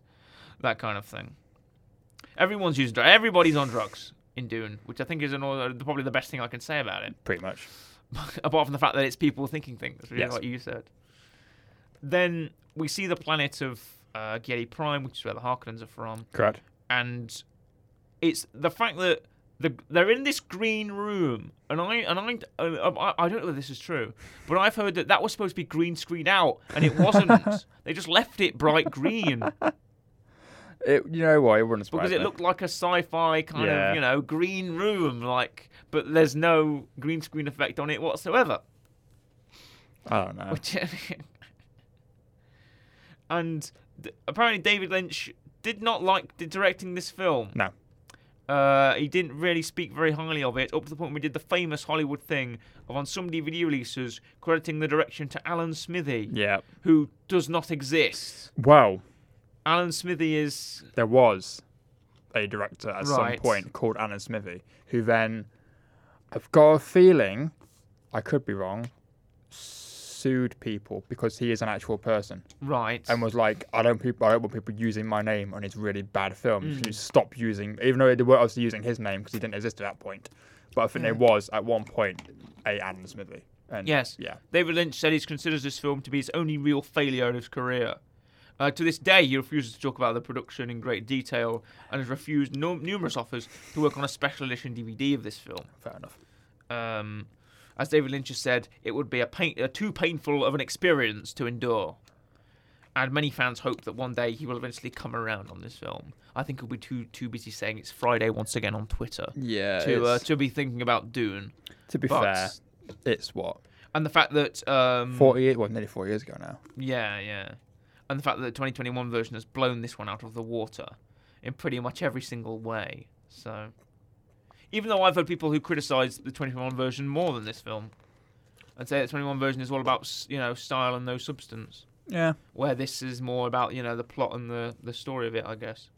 Speaker 1: that kind of thing. Everyone's using drugs. Everybody's on drugs in Dune, which I think is an, order- probably the best thing I can say about it,
Speaker 2: Pretty much.
Speaker 1: <laughs> apart from the fact that it's people thinking things, which is
Speaker 2: Yes.
Speaker 1: what you said. Then we see the planet of uh, Giedi Prime, which is where the Harkonnens are from,
Speaker 2: Correct.
Speaker 1: and it's the fact that the, they're in this green room, and I and I, uh, I I don't know if this is true, but I've heard that that was supposed to be green screened out, and it
Speaker 2: <laughs>
Speaker 1: wasn't. they just left it bright green
Speaker 2: It, you know what? It wouldn't surprise
Speaker 1: because it
Speaker 2: me.
Speaker 1: looked like a sci-fi kind
Speaker 2: Yeah.
Speaker 1: of you know green room like but there's no green screen effect on it whatsoever
Speaker 2: I don't know.
Speaker 1: <laughs> which and d- apparently david lynch did not like the directing this film
Speaker 2: No.
Speaker 1: uh, he didn't really speak very highly of it up to the point we did the famous hollywood thing of on some dvd releases crediting the direction to alan smithy
Speaker 2: Yeah.
Speaker 1: who does not exist
Speaker 2: Well,
Speaker 1: alan smithy is
Speaker 2: there was a director at some
Speaker 1: Right.
Speaker 2: point called Anna Smithy, who then I've got a feeling, I could be wrong, sued people because he is an actual person
Speaker 1: right
Speaker 2: and was like, I don't people, I don't want people using my name on his really bad films.
Speaker 1: Hmm.
Speaker 2: You stop using, even though they were obviously using his name because he didn't exist at that point. But I think there was at one point a Anna Smithy. And
Speaker 1: Hmm. Yes.
Speaker 2: Yeah.
Speaker 1: David Lynch said he considers this film to be his only real failure of his career. Uh, to this day, he refuses to talk about the production in great detail and has refused nu- numerous offers to work on a special edition DVD of this film.
Speaker 2: Fair enough.
Speaker 1: Um, as David Lynch has said, it would be a, pain- a too painful of an experience to endure. And many fans hope that one day he will eventually come around on this film. I think he'll be too too busy saying it's Friday once again on Twitter
Speaker 2: Yeah.
Speaker 1: to uh, to be thinking about Dune.
Speaker 2: to be
Speaker 1: but-
Speaker 2: fair, it's what
Speaker 1: And the fact that um,
Speaker 2: forty years, well, nearly four years ago now.
Speaker 1: Yeah, yeah. And the fact that the 2021 version has blown this one out of the water in pretty much every single way. So, even though I've heard people who criticise the 2021 version more than this film, I'd say the 21 version is all about s- you know style and no substance,
Speaker 2: Yeah.
Speaker 1: where this is more about you know the plot and the the story of it, I guess.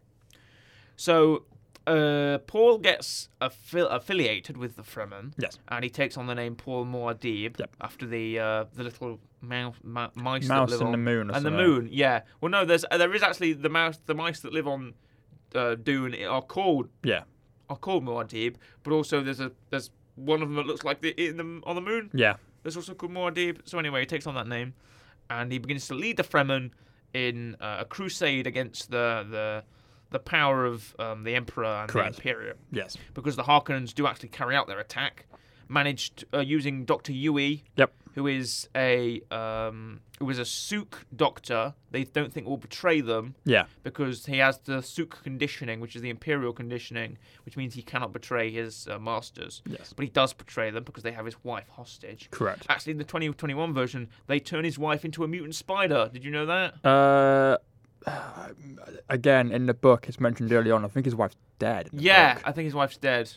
Speaker 1: So, uh, Paul gets affi- affiliated with the Fremen.
Speaker 2: Yes.
Speaker 1: And he takes on the name Paul Muad'Dib
Speaker 2: Yep.
Speaker 1: after the uh, the little mouse, ma- mice that
Speaker 2: Mouse
Speaker 1: live
Speaker 2: and the
Speaker 1: on-
Speaker 2: moon. Or
Speaker 1: and the
Speaker 2: something.
Speaker 1: moon, yeah. Well, no, there's uh, there is actually the mouse, the mice that live on uh, Dune are called
Speaker 2: Yeah.
Speaker 1: are called Muad'Dib, but also there's a there's one of them that looks like the in the on the moon.
Speaker 2: Yeah.
Speaker 1: There's also called Muad'Dib. So anyway, he takes on that name, and he begins to lead the Fremen in uh, a crusade against the the the power of um, the Emperor and the
Speaker 2: Correct.
Speaker 1: Imperium
Speaker 2: Yes.
Speaker 1: because the Harkonnens do actually carry out their attack, managed uh, using Doctor Yui.
Speaker 2: Yep.
Speaker 1: Who is a um, who is a Sook doctor? They don't think will betray them
Speaker 2: Yeah.
Speaker 1: because he has the Sook conditioning, which is the Imperial conditioning, which means he cannot betray his uh, masters.
Speaker 2: Yes.
Speaker 1: But he does betray them because they have his wife hostage.
Speaker 2: Correct.
Speaker 1: Actually, in the 2021 version, they turn his wife into a mutant spider. Did you know that?
Speaker 2: Uh, <sighs> again, in the book, it's mentioned early on. I think his wife's dead. in the
Speaker 1: Yeah,
Speaker 2: book,
Speaker 1: I think his wife's dead.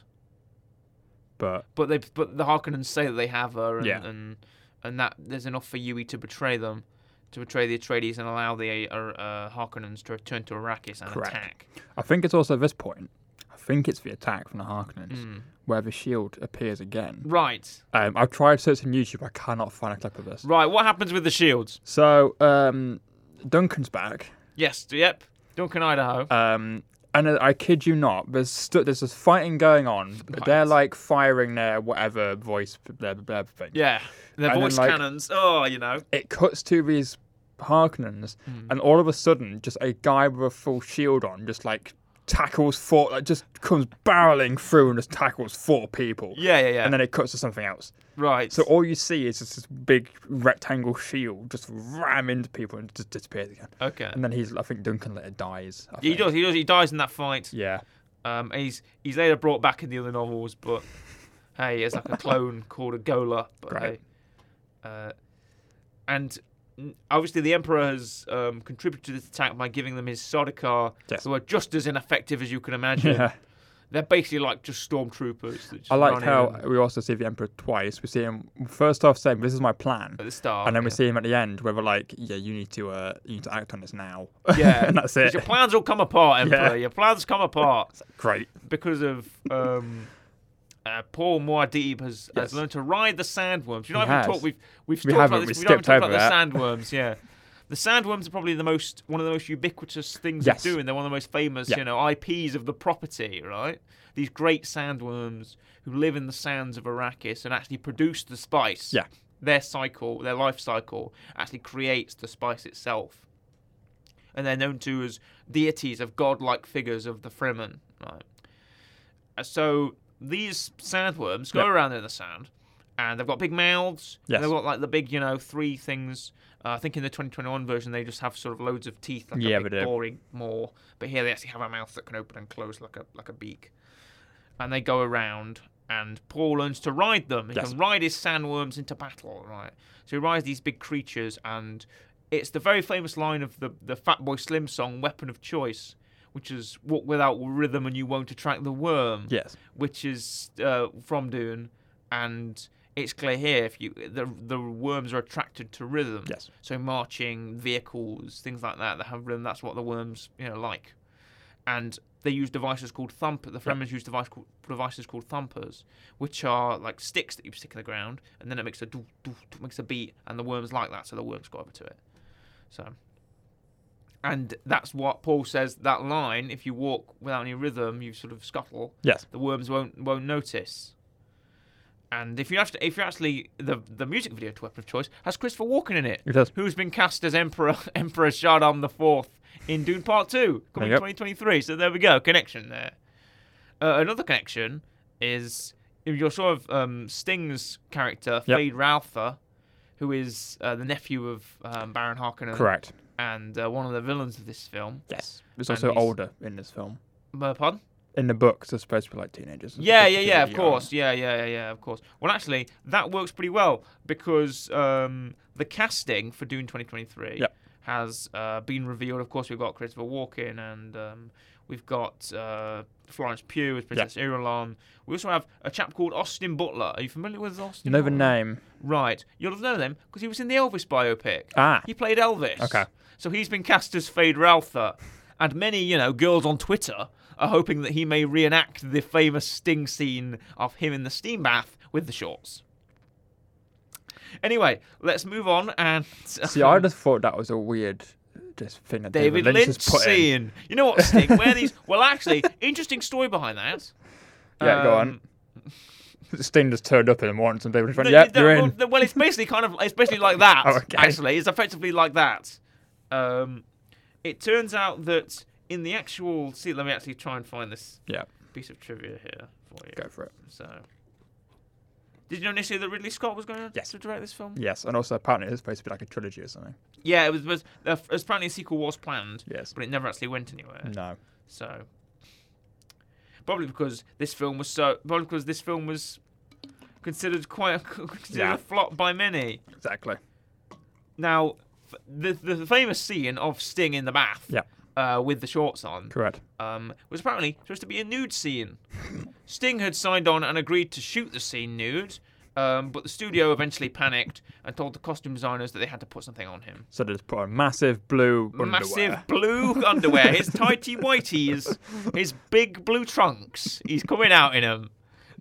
Speaker 2: but
Speaker 1: But they but the Harkonnens say that they have her, and
Speaker 2: Yeah.
Speaker 1: and, and that there's enough for Yui to betray them, to betray the Atreides and allow the uh, uh, Harkonnens to return to Arrakis and
Speaker 2: Correct.
Speaker 1: attack.
Speaker 2: I think it's also at this point I think it's the attack from the Harkonnens,
Speaker 1: Mm.
Speaker 2: where the shield appears again.
Speaker 1: Right.
Speaker 2: Um, I've tried searching YouTube, I cannot find a clip of this.
Speaker 1: Right. What happens with the shields?
Speaker 2: So, um, Duncan's back,
Speaker 1: Yes. Yep. Duncan Idaho.
Speaker 2: um, and I I kid you not, there's st- there's this fighting going on. but They're
Speaker 1: Right.
Speaker 2: like firing their whatever voice, blah, blah, blah thing.
Speaker 1: yeah. The
Speaker 2: and then,
Speaker 1: voice
Speaker 2: like-
Speaker 1: cannons. Oh, you know.
Speaker 2: it cuts to these Harkonnens,
Speaker 1: Hmm.
Speaker 2: and all of a sudden, just a guy with a full shield on, just like tackles four, like just comes barreling through and just tackles four people.
Speaker 1: Yeah. Yeah. Yeah.
Speaker 2: And then it cuts to something else.
Speaker 1: right.
Speaker 2: So all you see is just this big rectangle shield just ram into people and just disappears again.
Speaker 1: okay.
Speaker 2: And then he's, I think Duncan later dies. I
Speaker 1: Uh, He
Speaker 2: think.
Speaker 1: does. He does. He dies in that fight.
Speaker 2: Yeah.
Speaker 1: Um, and he's he's later brought back in the other novels, but hey, it's like a clone <laughs> called a Gola. But
Speaker 2: Right.
Speaker 1: hey, uh, and n- obviously the Emperor has um, contributed to this attack by giving them his Sardaukar,
Speaker 2: Yes.
Speaker 1: who are just as ineffective as you can imagine.
Speaker 2: <laughs> Yeah.
Speaker 1: They're basically like just stormtroopers. that just
Speaker 2: I
Speaker 1: run
Speaker 2: like
Speaker 1: in
Speaker 2: how
Speaker 1: and-
Speaker 2: we also see the Emperor twice. We see him first off saying, This is my plan.
Speaker 1: at the start,
Speaker 2: And then we
Speaker 1: yeah.
Speaker 2: see him at the end where we're like, Yeah, you need to uh, you need to act on this now.
Speaker 1: Yeah.
Speaker 2: <laughs> and that's
Speaker 1: 'Cause
Speaker 2: it.
Speaker 1: Your plans all come apart, Emperor.
Speaker 2: Yeah.
Speaker 1: Your plans come apart.
Speaker 2: Great.
Speaker 1: because of um, uh, Paul Muad'Dib has, has
Speaker 2: Yes.
Speaker 1: learned to ride the sandworms. You know,
Speaker 2: He
Speaker 1: I've
Speaker 2: has.
Speaker 1: talked. We've we've
Speaker 2: We
Speaker 1: talked about
Speaker 2: haven't,
Speaker 1: this.
Speaker 2: we
Speaker 1: We don't even
Speaker 2: skipped
Speaker 1: talk about the
Speaker 2: over
Speaker 1: sandworms. Yeah, the sandworms are probably the most one of the most ubiquitous things
Speaker 2: Yes.
Speaker 1: of doing. They're one of the most famous,
Speaker 2: Yeah.
Speaker 1: you know, IPs of the property. Right, these great sandworms who live in the sands of Arrakis and actually produce the spice.
Speaker 2: Yeah.
Speaker 1: Their cycle, their life cycle, actually creates the spice itself, and they're known to as deities of godlike figures of the Fremen. Right. Uh, So these sandworms go
Speaker 2: Yeah.
Speaker 1: around in the sand, and they've got big mouths. and
Speaker 2: Yes.
Speaker 1: they've got like the big, you know, three things. Uh, I think in the 2021 version they just have sort of loads of teeth, like
Speaker 2: Yeah, uh,
Speaker 1: a big
Speaker 2: they do.
Speaker 1: boring maw. But here they actually have a mouth that can open and close like a like a beak, and they go around. And Paul learns to ride them. He
Speaker 2: Yes.
Speaker 1: can ride his sandworms into battle, right? So he rides these big creatures, and it's the very famous line of the the Fatboy Slim song "Weapon of Choice," which is "Walk without rhythm and you won't attract the worm."
Speaker 2: Yes.
Speaker 1: which is uh, from Dune, and it's clear here if you the the worms are attracted to rhythm.
Speaker 2: Yes.
Speaker 1: So marching, vehicles, things like that that have rhythm. That's what the worms you know like, and they use devices called thump. The Fremens use device called, devices called thumpers, which are like sticks that you stick in the ground, and then it makes a doo, doo, doo, makes a beat, and the worms like that, so the worms go over to it. So. And that's what Paul says. That line, if you walk without any rhythm, you sort of scuttle
Speaker 2: Yes.
Speaker 1: the worms won't won't notice. And if you actually, if you actually, the the music video to Weapon of Choice has Christopher Walken in it,
Speaker 2: It does.
Speaker 1: who's been cast as Emperor <laughs> Emperor Shaddam the Fourth in Dune Part Two, coming
Speaker 2: There you go.
Speaker 1: 2023. So there we go, connection there. Uh, another connection is your sort of um, Sting's character,
Speaker 2: Yep.
Speaker 1: Fade Routher, who is uh, the nephew of um, Baron Harkonnen
Speaker 2: Correct.
Speaker 1: and uh, one of the villains of this film.
Speaker 2: Yes. It's
Speaker 1: And
Speaker 2: also
Speaker 1: he's-
Speaker 2: older in this film.
Speaker 1: Uh, pardon?
Speaker 2: In the books, they're supposed to be like teenagers.
Speaker 1: Yeah,
Speaker 2: They're
Speaker 1: yeah, yeah, of
Speaker 2: particularly young.
Speaker 1: course. Yeah, yeah, yeah, yeah, of course. Well, actually, that works pretty well because um, the casting for Dune 2023
Speaker 2: Yep.
Speaker 1: has uh, been revealed. Of course, we've got Christopher Walken and um, we've got uh, Florence Pugh as Princess Irulan. We also have a chap called Austin Butler. Are you familiar with Austin?
Speaker 2: You know the
Speaker 1: Butler?
Speaker 2: name?
Speaker 1: Right. You'll have known him because he was in the Elvis biopic.
Speaker 2: Ah.
Speaker 1: He played Elvis.
Speaker 2: Okay.
Speaker 1: So he's been cast as Fade Routher. And many, you know, girls on Twitter are hoping that he may reenact the famous sting scene of him in the steam bath with the shorts. Anyway, let's move on and <laughs>
Speaker 2: See, I just thought that was a weird just thing that
Speaker 1: David, Lynch,
Speaker 2: has put
Speaker 1: scene.
Speaker 2: in.
Speaker 1: You know what, Sting? Where these? Well, actually, interesting story behind that.
Speaker 2: <laughs> Yeah, go on.
Speaker 1: Um,
Speaker 2: <laughs> Sting just turned up in the morning and David Lynch went,
Speaker 1: No,
Speaker 2: yep,
Speaker 1: no,
Speaker 2: you're
Speaker 1: well,
Speaker 2: in.
Speaker 1: no, Well, it's basically kind of it's basically like that.
Speaker 2: <laughs> Oh, okay.
Speaker 1: Actually, it's effectively like that. Um, it turns out that in the actual see, let me actually try and find this
Speaker 2: Yeah,
Speaker 1: piece of trivia here for you.
Speaker 2: go for it.
Speaker 1: So, did you know initially that Ridley Scott was going
Speaker 2: Yes.
Speaker 1: to direct this film?
Speaker 2: Yes, and also apparently it's supposed to be like a trilogy or something.
Speaker 1: Yeah, it was. was uh, apparently, a sequel was planned,
Speaker 2: Yes.
Speaker 1: but it never actually went anywhere.
Speaker 2: No.
Speaker 1: So probably because this film was so probably because this film was considered quite a, <laughs> considered
Speaker 2: Yeah.
Speaker 1: a flop by many.
Speaker 2: Exactly.
Speaker 1: Now f- the the famous scene of Sting in the bath
Speaker 2: Yeah.
Speaker 1: uh, with the shorts on
Speaker 2: Correct.
Speaker 1: um, was
Speaker 2: <laughs>
Speaker 1: apparently supposed to be a nude scene. Sting had signed on and agreed to shoot the scene nude, Um, but the studio eventually panicked and told the costume designers that they had to put something on him.
Speaker 2: So they just put on massive blue underwear.
Speaker 1: Massive blue underwear, his tighty whities, his big blue trunks. He's coming out in them.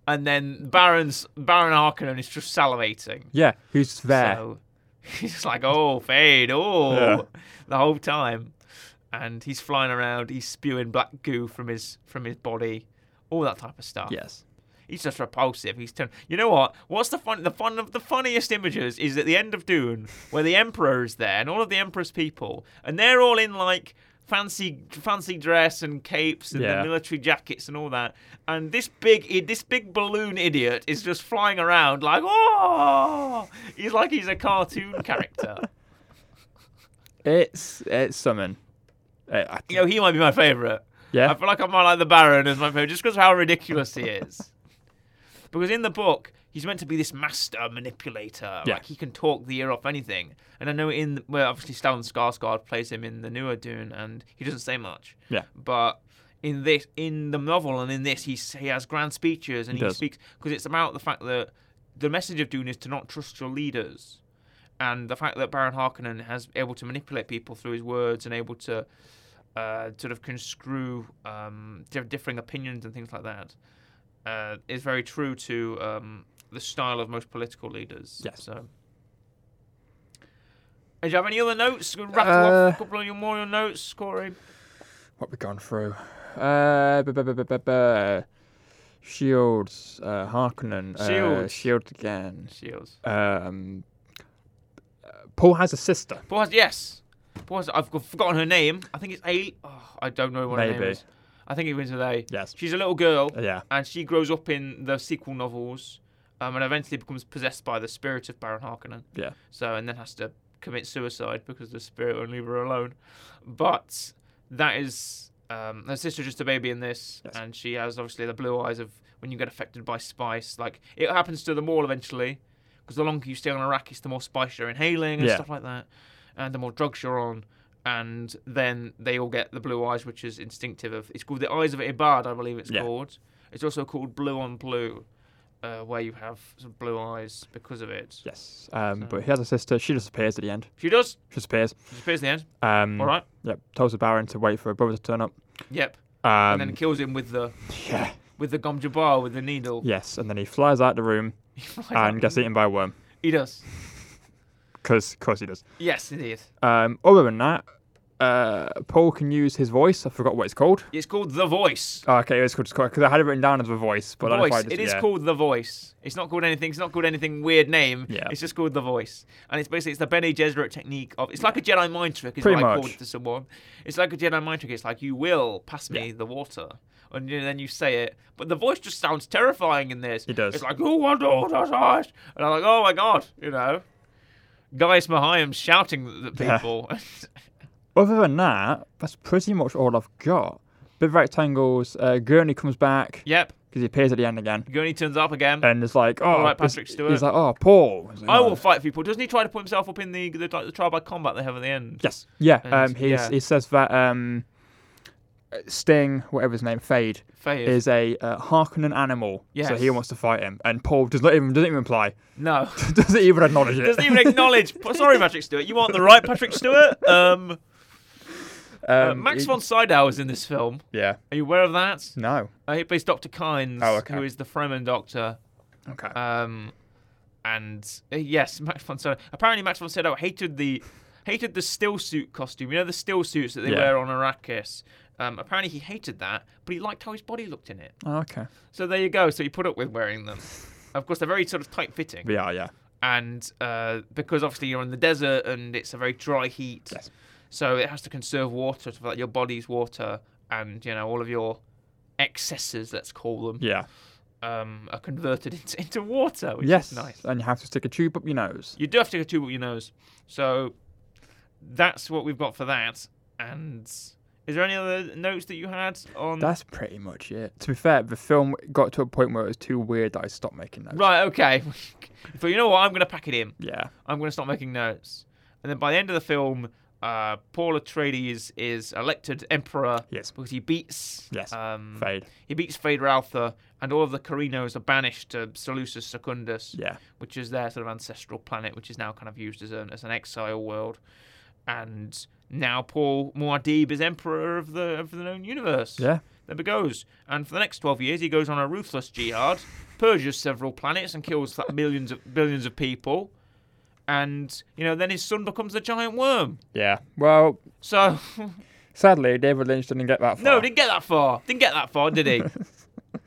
Speaker 1: And then Baron's Baron Harkonnen is just salivating.
Speaker 2: Yeah, who's there?
Speaker 1: So <laughs> he's like, oh, Fade, oh,
Speaker 2: Yeah.
Speaker 1: <laughs> the whole time. And he's flying around, he's spewing black goo from his from his body, all that type of stuff.
Speaker 2: Yes.
Speaker 1: He's just repulsive. He's turned. You know what? What's the fun? The fun of the funniest images is at the end of Dune, where the Emperor is there and all of the Emperor's people, and they're all in like fancy, fancy dress and capes and
Speaker 2: Yeah.
Speaker 1: the military jackets and all that. And this big, i- this big balloon idiot is just flying around like, oh, he's like he's a cartoon character.
Speaker 2: It's it's something. Uh, I
Speaker 1: You know, he might be my favorite.
Speaker 2: yeah.
Speaker 1: I feel like I might like the Baron as my favorite just because of how ridiculous he is. <laughs> because in the book, he's meant to be this master manipulator.
Speaker 2: Yeah.
Speaker 1: Like he can talk the ear off anything. And I know in well, obviously Stellan Skarsgård plays him in the newer Dune, and he doesn't say much.
Speaker 2: Yeah.
Speaker 1: But in this, in the novel, and in this, he he has grand speeches and
Speaker 2: He
Speaker 1: he,
Speaker 2: does.
Speaker 1: speaks because it's about the fact that the message of Dune is to not trust your leaders. And the fact that Baron Harkonnen has able to manipulate people through his words and able to uh, sort of conscrew um, di- differing opinions and things like that uh, is very true to um, the style of most political leaders.
Speaker 2: Yes.
Speaker 1: So. And do you have any other notes? Rattle off
Speaker 2: Uh,
Speaker 1: a couple of your more your notes, Corey.
Speaker 2: what we gone through? Uh, bu- bu- bu- bu- bu- bu- shields. Uh, Harkonnen. Uh,
Speaker 1: Shields.
Speaker 2: shield again.
Speaker 1: Shields.
Speaker 2: Um, uh, Paul has a sister.
Speaker 1: Paul has, yes. Paul has, I've forgotten her name. I think it's A. Oh, I don't know what her
Speaker 2: Maybe.
Speaker 1: name is. I think it was A.
Speaker 2: Yes. Uh,
Speaker 1: She's a little girl.
Speaker 2: Yeah.
Speaker 1: and she grows up in the sequel novels, um, and eventually becomes possessed by the spirit of Baron Harkonnen.
Speaker 2: Yeah.
Speaker 1: So and then has to commit suicide because the spirit won't leave her alone. But that is um, her sister's just a baby in this,
Speaker 2: Yes.
Speaker 1: and she has obviously the blue eyes of when you get affected by spice. Like it happens to them all eventually, because the longer you stay on Arrakis, the more spice you're inhaling and
Speaker 2: Yeah.
Speaker 1: stuff like that, and the more drugs you're on. And then they all get the blue eyes, which is instinctive. Of it's called the eyes of Ibad, I believe it's
Speaker 2: Yeah.
Speaker 1: called. It's also called blue on blue, uh, where you have sort of blue eyes because of it.
Speaker 2: Yes. Um,
Speaker 1: So-
Speaker 2: But he has a sister. She disappears at the end.
Speaker 1: She does.
Speaker 2: She disappears.
Speaker 1: She appears in the end.
Speaker 2: Um,
Speaker 1: All right.
Speaker 2: Yep. Tells the Baron to wait for her brother to turn up.
Speaker 1: Yep.
Speaker 2: Um,
Speaker 1: and then kills him with the
Speaker 2: yeah.
Speaker 1: with the gum jabbar with the needle. <laughs>
Speaker 2: Yes. And then he flies out the room
Speaker 1: He flies out
Speaker 2: and gets
Speaker 1: the-
Speaker 2: eaten by a worm.
Speaker 1: He does.
Speaker 2: Because, of course, he does.
Speaker 1: Yes, indeed.
Speaker 2: Um, other than that, uh, Paul can use his voice. I forgot what it's called.
Speaker 1: It's called the voice.
Speaker 2: Oh, okay, it's called because I had it written down as a voice, but I don't know if I
Speaker 1: voice.
Speaker 2: just-
Speaker 1: It is
Speaker 2: yeah.
Speaker 1: called the voice. It's not called anything. It's not called anything weird name.
Speaker 2: Yeah.
Speaker 1: It's just called the voice, and it's basically it's the Bene Gesserit technique of. It's like a Jedi mind trick. Is
Speaker 2: Pretty
Speaker 1: what I
Speaker 2: much.
Speaker 1: called it to someone. It's like a Jedi mind trick. It's like you will pass me the water, and you- then you say it. But the voice just sounds terrifying in this.
Speaker 2: It does.
Speaker 1: It's like oh, wonder all those eyes, and I'm like, oh my god, you know. Guys Mahayam shouting at the
Speaker 2: Yeah.
Speaker 1: people. <laughs>
Speaker 2: Other than that, that's pretty much all I've got. Bit of rectangles. Uh, Gurney comes back
Speaker 1: yep.
Speaker 2: because he appears at the end again,
Speaker 1: Gurney turns up again.
Speaker 2: and it's like, oh,
Speaker 1: right,
Speaker 2: it's-
Speaker 1: Patrick Stewart.
Speaker 2: He's like, oh, Paul. He's like,
Speaker 1: I
Speaker 2: "Oh."
Speaker 1: will fight people. Doesn't he try to put himself up in the the, like, the trial by combat they have at the end?
Speaker 2: Yes. Yeah.
Speaker 1: And-
Speaker 2: Um. He
Speaker 1: yeah.
Speaker 2: he says that um, Sting, whatever his name, Fade,
Speaker 1: Fayed.
Speaker 2: is a uh, Harkonnen animal. So he
Speaker 1: Yes.
Speaker 2: wants to fight him, and Paul does not even doesn't even imply, <laughs>
Speaker 1: no.
Speaker 2: doesn't even acknowledge it.
Speaker 1: Doesn't even acknowledge. Sorry, Patrick Stewart. You aren't the right Patrick Stewart. Um, uh,
Speaker 2: Um,
Speaker 1: Max
Speaker 2: he-
Speaker 1: von Sydow is in this film.
Speaker 2: Yeah.
Speaker 1: Are you aware of that?
Speaker 2: No.
Speaker 1: Uh, he plays Doctor Kynes,
Speaker 2: Oh, okay.
Speaker 1: who is the Fremen doctor.
Speaker 2: Okay.
Speaker 1: Um, and uh, yes, Max von Sydow. Apparently, Max von Sydow hated the hated the still suit costume. You know the still suits that they
Speaker 2: Yeah.
Speaker 1: wear on Arrakis. Um, apparently, he hated that, but he liked how his body looked in it.
Speaker 2: Oh, okay.
Speaker 1: So there you go. So he put up with wearing them. Of course, they're very sort of tight fitting,
Speaker 2: Yeah, yeah.
Speaker 1: and uh, because obviously you're in the desert and it's a very dry heat,
Speaker 2: Yes.
Speaker 1: so it has to conserve water so that your body's water and you know all of your excesses, let's call them,
Speaker 2: Yeah.
Speaker 1: um, are converted <laughs> into, into water, which
Speaker 2: yes.
Speaker 1: is nice.
Speaker 2: And you have to stick a tube up your nose.
Speaker 1: You do have to go tube up your nose. So that's what we've got for that. And is there any other notes that you had on?
Speaker 2: That's pretty much it. To be fair, the film got to a point where it was too weird that I stopped making notes.
Speaker 1: right. Okay. <laughs> but you know what? I'm going to pack it in.
Speaker 2: Yeah.
Speaker 1: I'm going to stop making notes. And then by the end of the film, uh, Paul Atreides is elected emperor
Speaker 2: Yes.
Speaker 1: because he beats
Speaker 2: Yes.
Speaker 1: um,
Speaker 2: Fade.
Speaker 1: he beats Vader Alpha, and all of the Carinos are banished to Seleucus Secundus,
Speaker 2: Yeah.
Speaker 1: which is their sort of ancestral planet, which is now kind of used as an as an exile world. And now Paul Muad'Dib is emperor of the of the known universe.
Speaker 2: Yeah.
Speaker 1: There he goes. And for the next 12 years, he goes on a ruthless jihad, purges several planets, and kills
Speaker 2: <laughs>
Speaker 1: th- millions of billions of people. And you know, then his son becomes a giant worm.
Speaker 2: Yeah. Well,
Speaker 1: So <laughs>
Speaker 2: sadly, David Lynch didn't get that far.
Speaker 1: no, didn't get that far. Didn't get that far, did he?
Speaker 2: <laughs>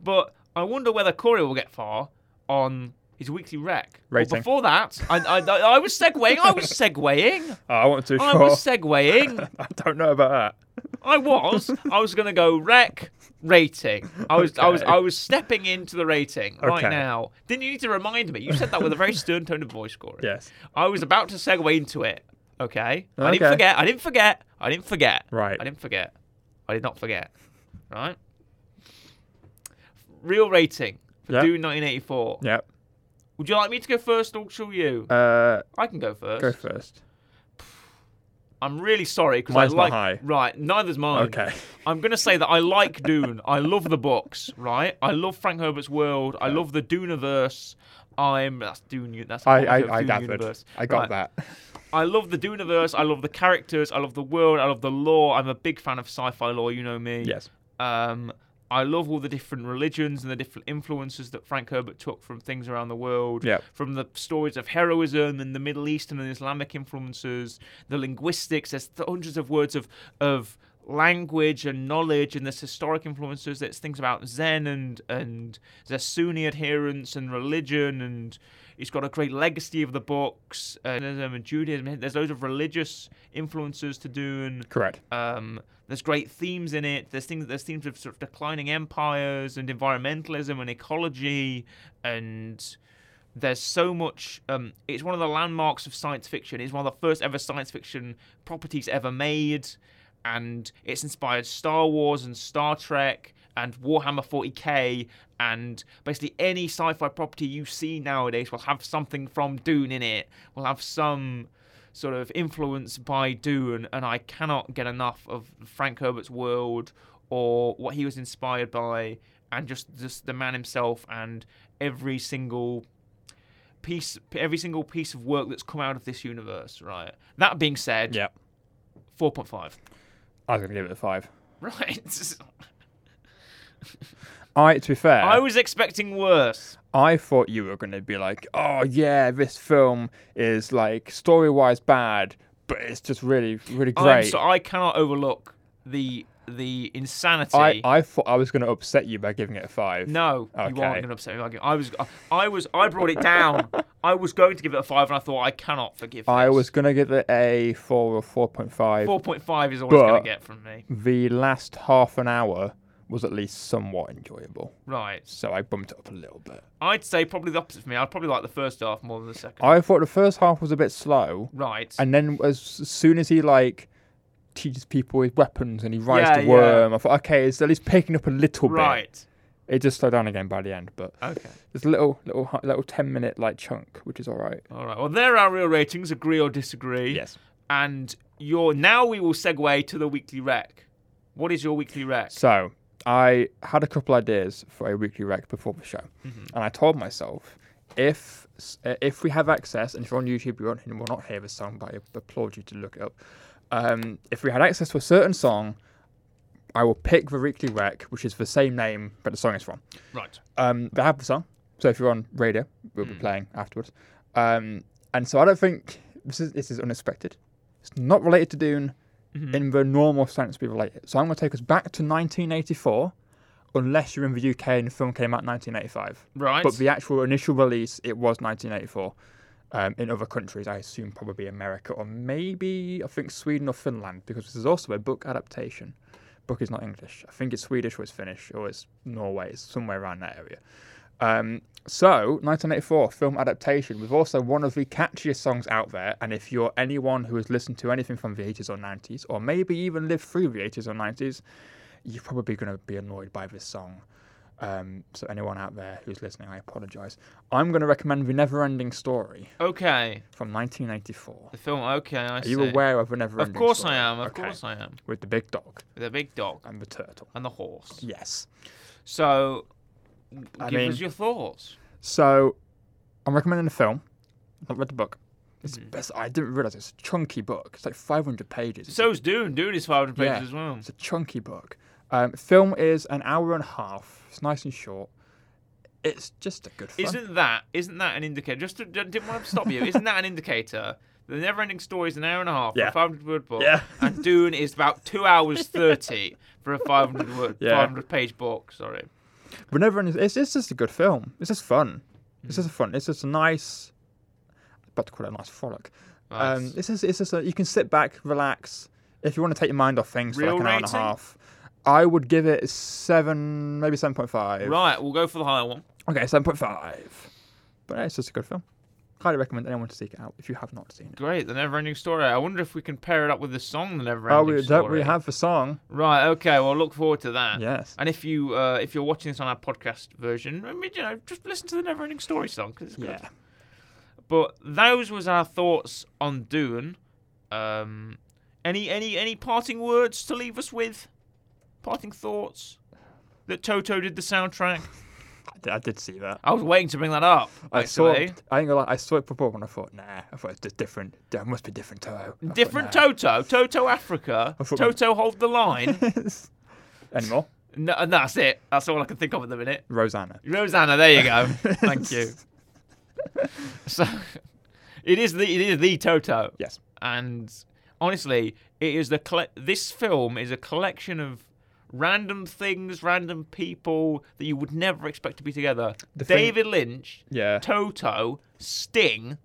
Speaker 1: but I wonder whether Corey will get far on his weekly rec. But
Speaker 2: Rating.
Speaker 1: before that, I, I, I I was segueing. I was
Speaker 2: <laughs>
Speaker 1: segueing.
Speaker 2: Oh, I wasn't too
Speaker 1: I
Speaker 2: sure.
Speaker 1: was segueing.
Speaker 2: <laughs> I don't know about
Speaker 1: I was. I was gonna go rec rating. I was. I was. I was stepping into the rating right
Speaker 2: Okay.
Speaker 1: now. Didn't you need to remind me? You said that with a very stern tone of voice, Corey.
Speaker 2: that. Yes.
Speaker 1: I was about to segue into it. Okay. I didn't
Speaker 2: Okay.
Speaker 1: forget. I didn't forget. I didn't forget.
Speaker 2: Right.
Speaker 1: I didn't forget. I did not forget. Right. Real rating for
Speaker 2: Yeah.
Speaker 1: Dune 1984.
Speaker 2: Yep.
Speaker 1: Would you like me to go first, or shall you?
Speaker 2: Uh,
Speaker 1: I can go first.
Speaker 2: go first.
Speaker 1: I'm really sorry because I
Speaker 2: Mine's not
Speaker 1: like.
Speaker 2: high.
Speaker 1: Right. Neither's mine.
Speaker 2: Okay.
Speaker 1: I'm going to say that I like Dune. I love the books, right? I love Frank Herbert's world. I love the Duneverse. I'm that's Dune. That's
Speaker 2: I,
Speaker 1: what
Speaker 2: I, I
Speaker 1: Dune
Speaker 2: gathered.
Speaker 1: Universe.
Speaker 2: I got
Speaker 1: Right. <laughs>
Speaker 2: that.
Speaker 1: I love the Duneverse. I love the characters. I love the world. I love the lore. I'm a big fan of sci-fi lore. You know me.
Speaker 2: Yes.
Speaker 1: Um, I love all the different religions and the different influences that Frank Herbert took from things around the world.
Speaker 2: Yep.
Speaker 1: From the stories of heroism and the Middle Eastern and Islamic influences, the linguistics. There's th- hundreds of words of of language and knowledge, and there's historic influences. There's things about Zen and and there's Sunni adherence and religion, and it's got a great legacy of the books and, and Judaism. There's loads of religious influences to do and.
Speaker 2: Correct.
Speaker 1: Um, there's great themes in it. There's things. There's themes of sort of declining empires and environmentalism and ecology, and there's so much. Um, it's one of the landmarks of science fiction. It's one of the first ever science fiction properties ever made, and it's inspired Star Wars and Star Trek and Warhammer 40k and basically any sci-fi property you see nowadays will have something from Dune in it. Will have some sort of influenced by Dune, and I cannot get enough of Frank Herbert's world or what he was inspired by, and just just the man himself and every single piece, every single piece of work that's come out of this universe. Right. That being said,
Speaker 2: Yep.
Speaker 1: four point five.
Speaker 2: I was going to give it a five. <laughs>
Speaker 1: Right.
Speaker 2: I, to be fair,
Speaker 1: I was expecting worse.
Speaker 2: I thought you were going to be like, oh yeah, this film is like story wise bad, but it's just really, really
Speaker 1: I'm
Speaker 2: great.
Speaker 1: Um, So I cannot overlook the the insanity.
Speaker 2: I, I thought I was going to upset you by giving it a five.
Speaker 1: No, you aren't
Speaker 2: Okay.
Speaker 1: going to upset me. by giving- I was, I was, I brought it
Speaker 2: <laughs>
Speaker 1: down. I was going to give it a five, and I thought I cannot forgive.
Speaker 2: I
Speaker 1: this.
Speaker 2: was going to give it a four or 4.5.
Speaker 1: four point five is all it's going
Speaker 2: But-
Speaker 1: to get from me.
Speaker 2: The last half an hour was at least somewhat enjoyable,
Speaker 1: Right,
Speaker 2: so I bumped it up a little bit.
Speaker 1: I'd say probably the opposite for me. I'd probably like the first half more than the second.
Speaker 2: I thought the first half was a bit slow,
Speaker 1: right,
Speaker 2: and then as soon as he like teaches people his weapons and he rides
Speaker 1: Yeah,
Speaker 2: the
Speaker 1: yeah.
Speaker 2: worm, I thought, okay, it's at least picking up a little bit.
Speaker 1: right, Uh.
Speaker 2: It just slowed down again by the end, but
Speaker 1: okay,
Speaker 2: There's a little, little, hu- little ten minute like chunk, which is all right.
Speaker 1: all right. Well, there are real ratings. Agree or disagree? And your now we will segue to the weekly rec. What is your weekly rec?
Speaker 2: So I had a couple ideas for a weekly rec before the show, and I told myself if s- uh, if we have access, and if you're on YouTube, you won't, you will not hear the song, but I applaud you to look it up. Um, if we had access to a certain song, I will pick the weekly rec, which is the same name but the song is from.
Speaker 1: Right.
Speaker 2: Um, they have the song, so if you're on radio, we'll be playing afterwards. Um, and so I don't think this is this is unexpected. It's not related to Dune in the normal sense we relate it. So I'm going to take us back to 1984, unless you're in the UK and the film came out in 1985.
Speaker 1: Right.
Speaker 2: But the actual initial release it was 1984. Um, in other countries, I assume probably America or maybe I think Sweden or Finland, because this is also a book adaptation. Book is not English. I think it's Swedish or it's Finnish or it's Norway. It's somewhere around that area. Um, so 1984 film adaptation with also one of the catchiest songs out there. And if you're anyone who has listened to anything from the 80s or 90s, or maybe even lived through the 80s or 90s, you're probably going to be annoyed by this song. Um, so anyone out there who's listening, I apologise. I'm going to recommend The Neverending Story
Speaker 1: Okay.
Speaker 2: from 1984.
Speaker 1: The film. Okay, I
Speaker 2: Are
Speaker 1: see.
Speaker 2: you aware of The Neverending
Speaker 1: Of course
Speaker 2: Story?
Speaker 1: I am. Of
Speaker 2: Okay.
Speaker 1: course I am.
Speaker 2: With the big dog
Speaker 1: The big dog
Speaker 2: and the turtle.
Speaker 1: and the horse.
Speaker 2: Yes.
Speaker 1: So, give
Speaker 2: Mm. I
Speaker 1: us
Speaker 2: mean-
Speaker 1: your thoughts.
Speaker 2: So I'm recommending the film. I've not read the book. It's
Speaker 1: Mm-hmm.
Speaker 2: best. I didn't realise it's a chunky book. It's like 500 pages. It's a-
Speaker 1: So's Dune. Dune is 500 pages
Speaker 2: Yeah.
Speaker 1: as well.
Speaker 2: It's a chunky book. Um, film is an hour and a half. It's nice and short. It's just a good fun.
Speaker 1: Isn't that isn't that an indicator? Just to, I didn't want to stop
Speaker 2: <laughs>
Speaker 1: you. Isn't that an indicator? The never-ending story is an hour and a half for
Speaker 2: Yeah.
Speaker 1: a 500-word book,
Speaker 2: Yeah.
Speaker 1: and Dune is about two hours
Speaker 2: <laughs>
Speaker 1: thirty for a 500-word,
Speaker 2: Yeah.
Speaker 1: 500-page book. Sorry.
Speaker 2: But never. It's, it's just a good film. It's just fun. It's
Speaker 1: Hmm.
Speaker 2: just fun. It's just a nice. I'm about to call it a nice frolic. Um,
Speaker 1: Nice.
Speaker 2: it's just, it's just a, you can sit back, relax. If you want to take your mind off things for
Speaker 1: Real
Speaker 2: like an hour and a
Speaker 1: rating?
Speaker 2: half, I would give it seven, maybe seven point five.
Speaker 1: right, we'll go for the higher one.
Speaker 2: Okay, seven point five. But yeah, it's just a good film. Highly recommend anyone to seek it out if you have not seen it.
Speaker 1: Great, the never-ending story. I wonder if we can pair it up with the song, the never-ending
Speaker 2: Oh, we
Speaker 1: story.
Speaker 2: don't we have the song?
Speaker 1: Right. Okay. Well, look forward to that.
Speaker 2: Yes.
Speaker 1: And if you uh, if you're watching this on our podcast version, I mean, you know, just listen to the Neverending Story song 'cause it's good.
Speaker 2: Yeah.
Speaker 1: But those was our thoughts on Dune. Um, any any any parting words to leave us with? Parting thoughts that Toto did the
Speaker 2: <laughs>
Speaker 1: soundtrack.
Speaker 2: I did, I did see that.
Speaker 1: I was waiting to bring that up.
Speaker 2: I saw.
Speaker 1: actually.
Speaker 2: It, I ain't gonna lie. I saw it before and I thought, nah. I thought it's just different. There must be different Toho. I thought,
Speaker 1: different
Speaker 2: nah.
Speaker 1: Toto, Toto Africa,
Speaker 2: I thought-
Speaker 1: Toto hold the line. <laughs>
Speaker 2: Anymore?
Speaker 1: no, and that's it. That's all I can think of at the minute.
Speaker 2: Rosanna.
Speaker 1: Rosanna, there you
Speaker 2: <laughs>
Speaker 1: go. Thank you. So it is the it is the Toto,
Speaker 2: Yes.
Speaker 1: and honestly, it is the colle- this film is a collection of random things, random people that you would never expect to be together.
Speaker 2: The thing-
Speaker 1: David Lynch,
Speaker 2: Yeah.
Speaker 1: Toto, Sting,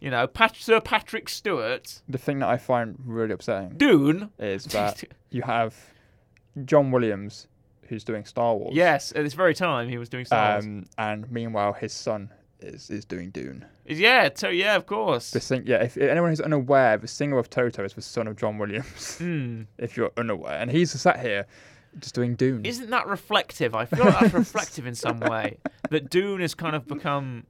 Speaker 1: you know, Pat- Sir Patrick Stewart,
Speaker 2: The thing that I find really upsetting
Speaker 1: Dune.
Speaker 2: is
Speaker 1: <laughs>
Speaker 2: that you have John Williams, who's doing Star Wars.
Speaker 1: Yes, at this very time he was doing Star Wars.
Speaker 2: Um, and meanwhile, his son is is doing Dune.
Speaker 1: yeah, to- yeah, of course.
Speaker 2: The sing- yeah, if, if anyone who's unaware, the singer of Toto is the son of John Williams. <laughs>
Speaker 1: Hmm.
Speaker 2: if you're unaware, and he's sat here just doing Dune.
Speaker 1: isn't that reflective? I feel like that's reflective in some
Speaker 2: <laughs>
Speaker 1: way that Dune has kind of become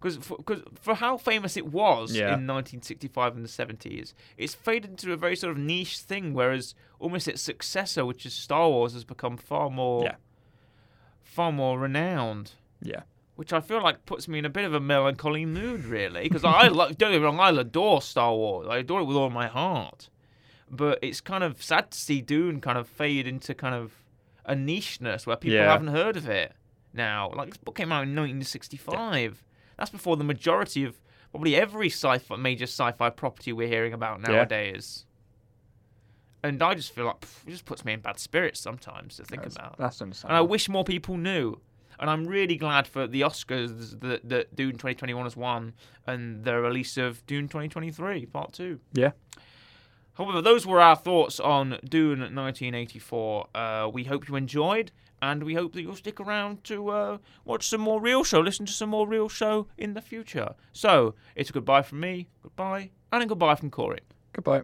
Speaker 1: because for, 'cause for how famous it was
Speaker 2: Yeah.
Speaker 1: in 1965 and the 70s, it's faded into a very sort of niche thing. Whereas almost its successor, which is Star Wars, has become far more
Speaker 2: Yeah.
Speaker 1: far more renowned.
Speaker 2: Yeah.
Speaker 1: Which I feel like puts me in a bit of a melancholy mood, really, because
Speaker 2: <laughs>
Speaker 1: I lo- don't get me wrong, I adore Star Wars. I adore it with all my heart, but it's kind of sad to see Dune kind of fade into kind of a nicheness where people
Speaker 2: Yeah.
Speaker 1: haven't heard of it now. Like this book came out in 1965. That's before the majority of probably every sci-fi major sci-fi property we're hearing about
Speaker 2: Yeah.
Speaker 1: nowadays. And I just feel like pff, it just puts me in bad spirits sometimes to think
Speaker 2: that's,
Speaker 1: about.
Speaker 2: that's
Speaker 1: And I
Speaker 2: understandable.
Speaker 1: wish more people knew. And I'm really glad for the Oscars that, that Dune 2021 has won and the release of Dune 2023 Part 2.
Speaker 2: Yeah.
Speaker 1: However, those were our thoughts on Dune 1984. Uh, we hope you enjoyed, and we hope that you'll stick around to uh, watch some more Real Show, listen to some more Real Show in the future. So, it's a goodbye from me, goodbye, and a goodbye from Corey.
Speaker 2: Goodbye.